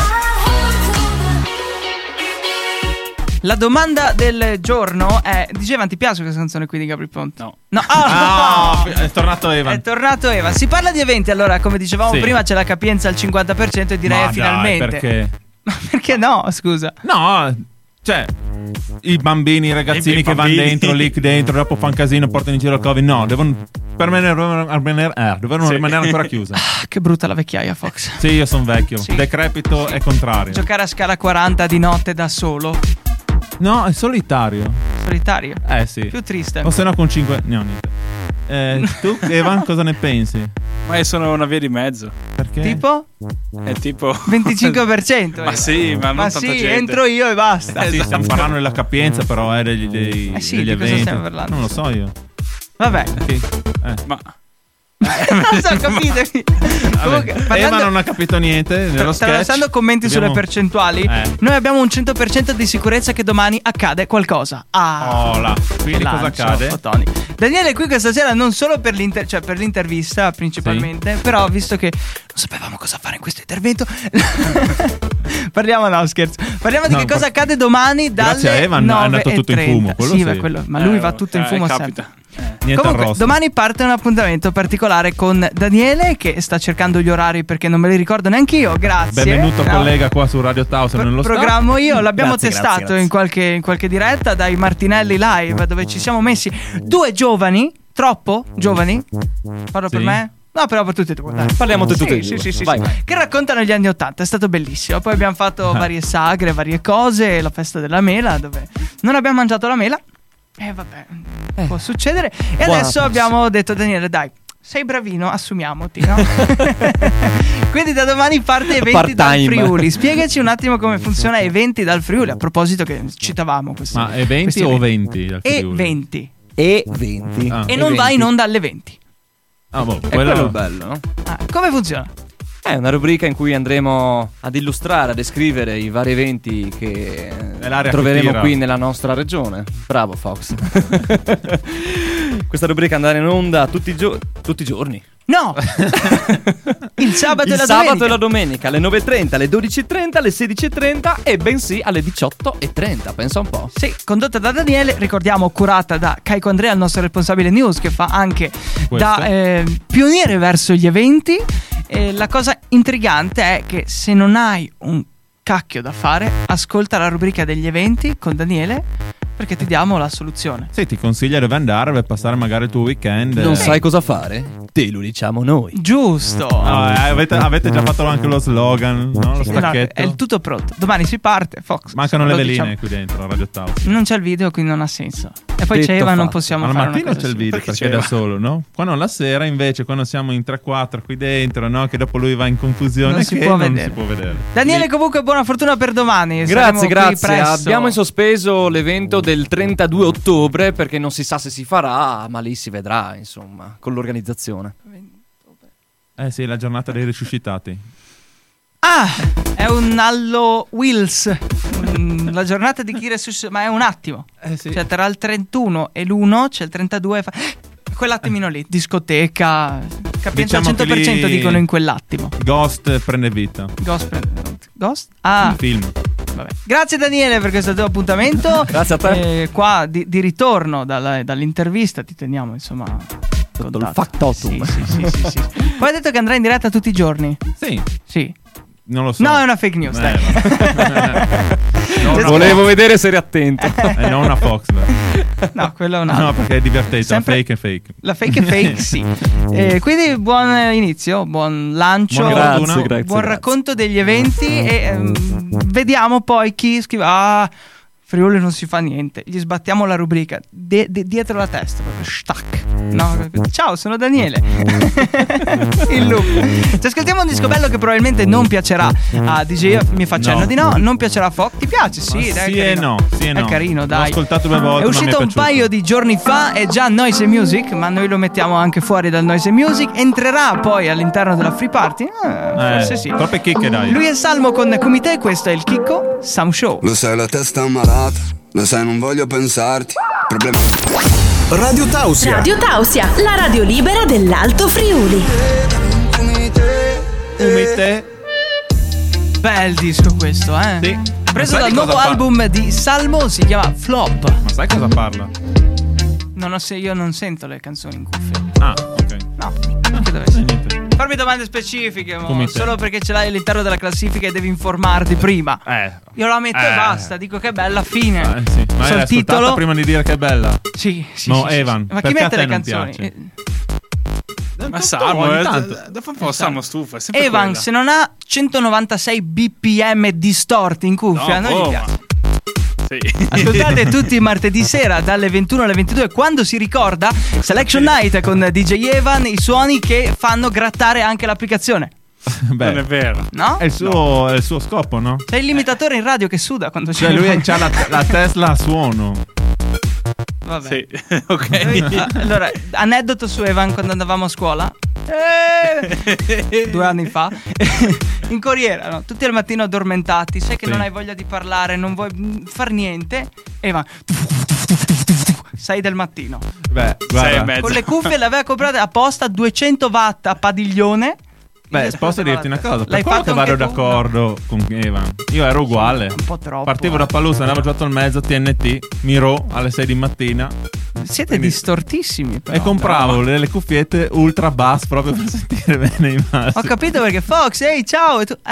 S3: La domanda del giorno è: Dicevan, ti piace questa canzone qui di Gabri Ponte?
S2: No.
S3: No, [laughs] ah,
S4: Ah, è tornato
S3: È
S4: Evan.
S3: tornato Eva. Si parla di eventi, allora, come dicevamo
S4: Sì.
S3: prima, c'è la capienza al 50% e direi
S4: Ma dai,
S3: finalmente.
S4: perché?
S3: Ma [laughs] perché no? Scusa.
S4: No, cioè, i bambini, i ragazzini
S2: I
S4: che
S2: bambini.
S4: vanno dentro, lì dentro, dopo fanno casino, portano in giro il covid. No, devono, per me ne dovevano rimanere, eh, dovevano
S2: Sì.
S4: rimanere ancora
S2: [laughs]
S4: chiuse.
S3: Ah, che brutta la vecchiaia, Fox.
S4: Sì, io sono vecchio.
S3: Sì. Cioè
S4: Decrepito è contrario.
S3: Giocare a scala 40 di notte da solo,
S4: No, è solitario.
S3: solitario.
S4: Eh sì.
S3: Più triste.
S4: O se no con 5... No, niente. Eh,
S3: [laughs]
S4: tu, Evan, cosa ne pensi?
S2: Ma io sono una via di mezzo.
S4: Perché?
S3: Tipo?
S2: È tipo [laughs]
S3: 25%.
S2: Ma
S3: Eva.
S2: sì, ma non
S3: Ma
S2: tanta
S3: sì,
S2: gente.
S3: entro io e basta.
S4: Sì, stiamo parlando della capienza, però, eh, degli, dei,
S3: esatto. Eh sì,
S4: degli
S3: di cosa
S4: eventi.
S3: stiamo parlando?
S4: Non lo so io. [laughs]
S3: Vabbè.
S4: Che- eh.
S2: Ma
S3: non so, capitemi. Comunque,
S4: Vabbè,
S3: parlando-
S4: Evan non ha capito niente nello sketch.
S3: Tralasciando commenti sulle
S4: abbiamo-
S3: percentuali,
S4: Eh.
S3: noi abbiamo un 100% di sicurezza che domani accade qualcosa. Ah,
S4: Oh là, quindi cosa
S3: lancio,
S4: accade?
S3: fotoni. Daniele è qui questa sera non solo per, l'inter- cioè per l'intervista principalmente, però visto che non sapevamo cosa fare in questo intervento, [laughs] parliamo no scherzo, parliamo di
S4: No,
S3: che cosa
S4: par-
S3: accade domani dalle
S4: Grazie a Evan è
S3: 9
S4: andato
S3: e
S4: tutto in
S3: 30.
S4: fumo, quello
S3: Sì, beh,
S4: sì.
S3: quello- ma lui
S2: eh,
S3: va tutto in
S2: eh,
S3: fumo sempre.
S2: capita.
S4: Niente
S3: Comunque,
S4: arrosto.
S3: domani parte un appuntamento particolare con Daniele che sta cercando gli orari perché non me li ricordo neanche io. Grazie.
S4: Benvenuto
S3: No.
S4: collega qua su Radio Taos,
S3: Pro-
S4: nello
S3: programmo io, l'abbiamo
S7: Grazie,
S3: testato
S7: grazie, grazie.
S3: In, qualche, in qualche diretta dai Martinelli Live dove ci siamo messi due giovani, troppo giovani, parlo per
S4: Sì.
S3: me? No, però per tutti e due. dai.
S7: Parliamo di
S3: Sì,
S7: tutti e
S3: sì,
S7: due.
S3: sì, sì,
S7: Vai. Ah.
S3: sì. Che raccontano gli anni Ottanta, è stato bellissimo. Poi abbiamo fatto varie sagre, varie cose, la festa della mela dove non abbiamo mangiato la mela. Eh vabbè, può succedere. E
S7: Buona
S3: adesso
S7: forza.
S3: abbiamo detto Daniele, dai, sei bravino, assumiamoti,
S7: [laughs]
S3: no? [laughs] Quindi da domani parte Eventi dal
S7: Part-time.
S3: Friuli. Spiegaci un attimo come funziona Eventi dal Friuli, a proposito che citavamo questi.
S4: Ma è 20
S3: questi
S4: o
S3: eventi.
S4: 20? dal
S3: E
S4: Friuli?
S3: 20.
S7: E 20.
S4: Ah.
S3: E non va in onda alle 20.
S4: Ah, boh,
S7: È quello
S4: quello-
S7: il bello, no?
S3: Ah, come funziona?
S7: È una rubrica in cui andremo ad illustrare, a descrivere i vari eventi che eh,
S4: l'area che
S7: troveremo
S4: tira.
S7: qui nella nostra regione.
S4: [laughs]
S7: Bravo Fox. Questa rubrica andrà in onda tutti i, gio- tutti i giorni.
S4: [laughs]
S3: No! [laughs] Il sabato e
S7: il
S3: la
S7: sabato
S3: domenica.
S7: e la domenica alle 9.30, alle 12.30, alle 16.30 e bensì alle 18.30. Pensa un po'.
S3: Sì, condotta da Daniele, ricordiamo curata da Caico Andrea, il nostro responsabile news, che fa anche da eh, pioniere verso gli eventi. E la cosa intrigante è che se non hai un cacchio da fare, ascolta la rubrica degli eventi con Daniele perché ti diamo la soluzione.
S4: Sì, ti consiglia dove andare per passare magari il tuo weekend.
S7: Non
S4: Eh.
S7: sai cosa fare? Te lo diciamo noi.
S3: Giusto!
S4: Ah, eh, avete, avete già fatto anche lo slogan, no? Lo
S3: Sì, allora,
S4: stacchetto.
S3: è il tutto pronto. Domani si parte, Fox.
S4: Mancano
S3: lo
S4: le veline
S3: diciamo.
S4: qui dentro, a Radio Taos.
S3: Non c'è il video, quindi non ha senso. E poi
S7: Detto
S3: c'è Eva, non
S7: fatto.
S3: possiamo
S4: Ma la
S3: fare una
S4: mattina
S3: cosa
S4: c'è il
S3: simile.
S4: video perché, è da solo, no? Quando la sera invece, quando siamo in 3-4 qui dentro, no? Che dopo lui va in confusione,
S3: Non si
S4: che
S3: può
S4: non
S3: vedere.
S4: si può vedere.
S3: Daniele, comunque, buona fortuna per domani. Saremo
S7: Grazie,
S3: qui
S7: grazie.
S3: presso.
S7: Abbiamo in sospeso l'evento del 32 ottobre perché non si sa se si farà, ma lì si vedrà, insomma, con l'organizzazione.
S4: Eh sì, la giornata dei risuscitati.
S3: Ah, è un Allo Wills. mm, la giornata di chi resuscita, ma è un attimo.
S4: Eh, sì.
S3: Cioè, tra il 31 e l'1 c'è il 32. e Fa... Quell'attimino lì, discoteca, capienza al
S4: Diciamo che
S3: 100%
S4: lì-
S3: dicono in quell'attimo.
S4: Ghost prende vita.
S3: Ghost, Ghost? Ah,
S4: Il film.
S3: vabbè. Grazie Daniele per questo tuo appuntamento.
S7: Grazie a te.
S3: Eh, qua di, di ritorno dalla- dall'intervista ti teniamo insomma.
S7: il
S3: contatto.
S7: factotum.
S3: Sì, sì, sì, sì, sì. Poi hai detto che andrai in diretta tutti i giorni.
S4: Sì,
S3: Sì.
S4: non lo so.
S3: No, è una fake news.
S4: Eh,
S3: dai. [laughs]
S4: no, no,
S7: Volevo vedere se eri attento.
S4: eh, non una Fox. beh.
S7: Eh.
S3: No, quello è un altro.
S4: No, perché è divertente.
S3: Sempre-
S4: Fake è fake.
S3: La fake è fake,
S7: [laughs]
S3: sì. Eh, quindi buon eh, inizio, buon lancio,
S4: Buona
S7: Grazie,
S4: fortuna.
S7: grazie.
S3: buon
S7: grazie.
S3: racconto degli eventi e ehm, vediamo poi chi scrive... Ah, Friuli non si fa niente, gli sbattiamo la rubrica de- de- dietro la testa, proprio stack. No, ciao, sono Daniele. [laughs] Il loop. Ci ascoltiamo un disco bello che probabilmente non piacerà a DJ, mi fa cenno
S4: No.
S3: di no, non piacerà a Fox. Ti piace? Sì,
S4: Ma
S3: dai.
S4: sì
S3: è
S4: e
S3: carino.
S4: no, sì e
S3: È
S4: no.
S3: carino,
S4: L'ho
S3: dai.
S4: ascoltato due volte,
S3: È
S4: non mi è
S3: uscito un
S4: piaciuto.
S3: paio di giorni fa, è già Noise and Music, ma noi lo mettiamo anche fuori dal Noise and Music. Entrerà poi all'interno della free party? Eh, forse sì.
S4: Troppe chicche, dai.
S3: Lui è Salmo con Comité, questo è il Chicco Sam Show.
S11: Lo sai, la testa è malata. Lo sai, non voglio pensarti. Problema.
S5: Radio Tausia.
S6: Radio Tausia, la radio libera dell'Alto Friuli.
S4: Come te.
S3: Bel disco questo, eh?
S4: Sì.
S3: Preso
S4: Ma sai
S3: dal
S4: di cosa
S3: nuovo
S4: parla?
S3: album di Salmo, si chiama Flop.
S4: Ma sai cosa parla?
S3: Non ho se io non sento le canzoni in cuffia.
S4: Ah, ok.
S3: No, perché dovessi?
S4: Niente.
S3: Farmi domande specifiche, mo,
S4: Comité.
S3: solo perché ce l'hai all'interno della classifica e devi informarti prima.
S4: Eh.
S3: Io la metto e
S4: Eh.
S3: basta, dico che bella fine.
S4: Ah, sì. Ma
S3: So
S4: l'hai
S3: il titolo.
S4: ascoltata prima di dire che è bella.
S3: Sì, sì,
S4: No,
S3: sì, sì,
S4: Evan,
S3: sì. Ma chi
S4: perché a
S3: mette
S4: te
S3: le
S4: non
S3: canzoni? Eh,
S4: piace?
S2: Ma Salmo,
S4: ogni
S2: eh,
S4: tanto.
S2: dopo un po' Salmo stufa. è sempre
S3: Evan,
S2: quella.
S3: se non ha 196 bpm distorti in cuffia,
S2: No,
S3: non
S4: boh.
S3: gli
S2: oh,
S3: piace. Ah,
S2: ma- Sì.
S3: Ascoltate tutti i martedì sera dalle 21 alle 22 quando si ricorda Selection Night con DJ Evan, i suoni che fanno grattare anche l'applicazione,
S2: Non è
S4: Beh,
S2: vero.
S3: no?
S4: è il suo, è il suo scopo, no?
S3: C'è il limitatore in radio che suda quando c'è
S4: Cioè,
S3: il-
S4: lui ha la, la Tesla a suono.
S3: [laughs] Vabbè.
S2: Sì, [laughs] ok.
S3: Ah, Allora, aneddoto su Evan quando andavamo a scuola. Eh, Due anni fa. In corriera, no? tutti al mattino addormentati. Sai che
S4: Sì.
S3: non hai voglia di parlare, non vuoi mm, far niente. Evan. 6 del mattino.
S4: Beh,
S2: Sei e
S4: guarda.
S2: mezzo.
S3: Con le cuffie le aveva comprate apposta a 200 watt a padiglione.
S4: Beh,
S3: Gli
S4: posso dirti una cosa, per
S3: esatto. L'hai
S4: quello che
S3: fatto
S4: vado
S3: anche tu?
S4: d'accordo con Evan, io ero uguale.
S3: un po' troppo,
S4: Partivo
S3: eh.
S4: da Palusa, andavo già al mezzo, TNT, Miro alle 6 di mattina
S3: No. Siete
S4: Quindi-
S3: distortissimi. però.
S4: e compravo le, le cuffiette ultra bass proprio per [laughs] sentire bene i massi.
S3: Ho capito perché Fox, ehi ciao e tu,
S4: [laughs]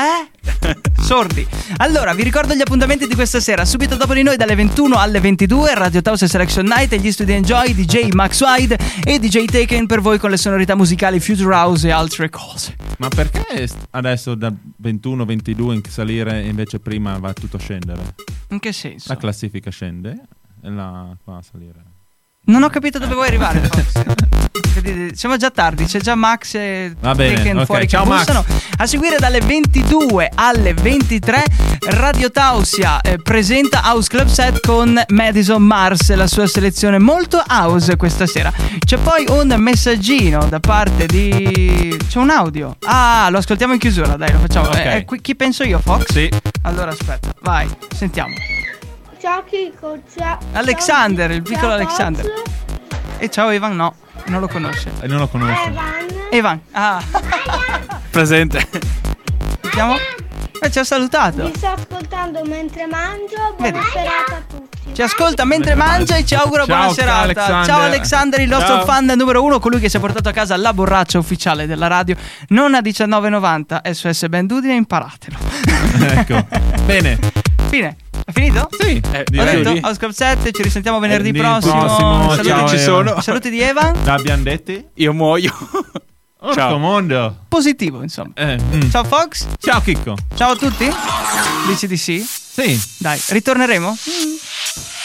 S3: eh? Sordi. Allora, vi ricordo gli appuntamenti di questa sera, subito dopo di noi dalle 21 alle 22, Radio House e Selection Night e gli studi Enjoy, DJ Max Wide e DJ Taken per voi con le sonorità musicali Future House e altre cose.
S4: Ma perché st- adesso da 21-22 in salire e invece prima va tutto a scendere?
S3: In che senso?
S4: La classifica scende e la va a salire.
S3: Non ho capito dove vuoi arrivare,
S4: [laughs]
S3: Fox. Vedete, Siamo già tardi, c'è già Max e
S4: Va bene,
S3: Taken
S4: ok,
S3: fuori
S4: ciao,
S3: che
S4: Max.
S3: bussano. A seguire dalle 22 alle 23 Radio Tausia eh, presenta House Club Set con Madison Mars, la sua selezione molto house questa sera. C'è poi un messaggino da parte di... c'è un audio. Ah, lo ascoltiamo in chiusura, dai, lo facciamo.
S4: Ok.
S3: Eh, eh, qui- chi penso io, Fox?
S4: Sì.
S3: Allora aspetta, vai, sentiamo.
S9: Ciao Chico, ciao.
S3: Alexander, il piccolo Alexander. E ciao Ivan, no, non lo conosce.
S4: E non lo
S8: Eh,
S4: conosco.
S3: Evan, ah, [laughs]
S2: Presente.
S3: sentiamo. Eh, ci ha salutato.
S9: sto ascoltando mentre mangio.
S3: Vedi.
S9: serata a tutti.
S3: Ci ascolta mentre mangia e ci augura
S4: Ciao,
S3: buona
S4: ciao,
S3: serata.
S4: Alexander.
S3: Ciao Alexander, il nostro
S4: Ciao.
S3: fan numero uno, colui che si è portato a casa la borraccia ufficiale della radio. Non a 19,90 SOS Band Udine, imparatelo.
S4: [laughs]
S3: [laughs]
S4: ecco. Bene.
S3: Fine. È finito?
S4: Sì.
S2: Eh,
S3: Ho
S4: direi
S3: detto
S4: di-
S3: Oscar 7, ci risentiamo venerdì
S4: Venerdì
S3: prossimo.
S4: prossimo,
S3: Saluti,
S4: ciao,
S2: ci
S4: Evan.
S2: sono.
S3: saluti di Evan.
S4: L'abbiamo detti?
S2: Io muoio.
S4: Orco
S2: Ciao.
S4: mondo.
S3: Positivo, insomma.
S4: Eh, mm.
S3: Ciao Fox,
S4: Ciao Chicco.
S3: ciao a tutti. Dici di sì?
S4: Sì.
S3: Dai,
S9: Mm.
S3: ritorneremo?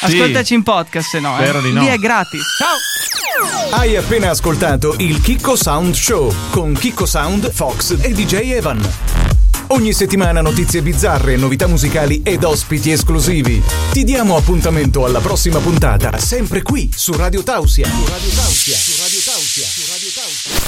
S3: Ascoltaci in podcast, se no. eh.
S4: Spero di no.
S3: Lì è gratis. Ciao.
S5: Hai appena ascoltato il Chicco Sound Show con Chicco Sound, Fox e DJ Evan. Ogni settimana notizie bizzarre, novità musicali ed ospiti esclusivi. Ti diamo appuntamento alla prossima puntata, sempre qui su Radio Tausia. Su Radio Tausia. Su Radio Tausia. Su Radio Tausia.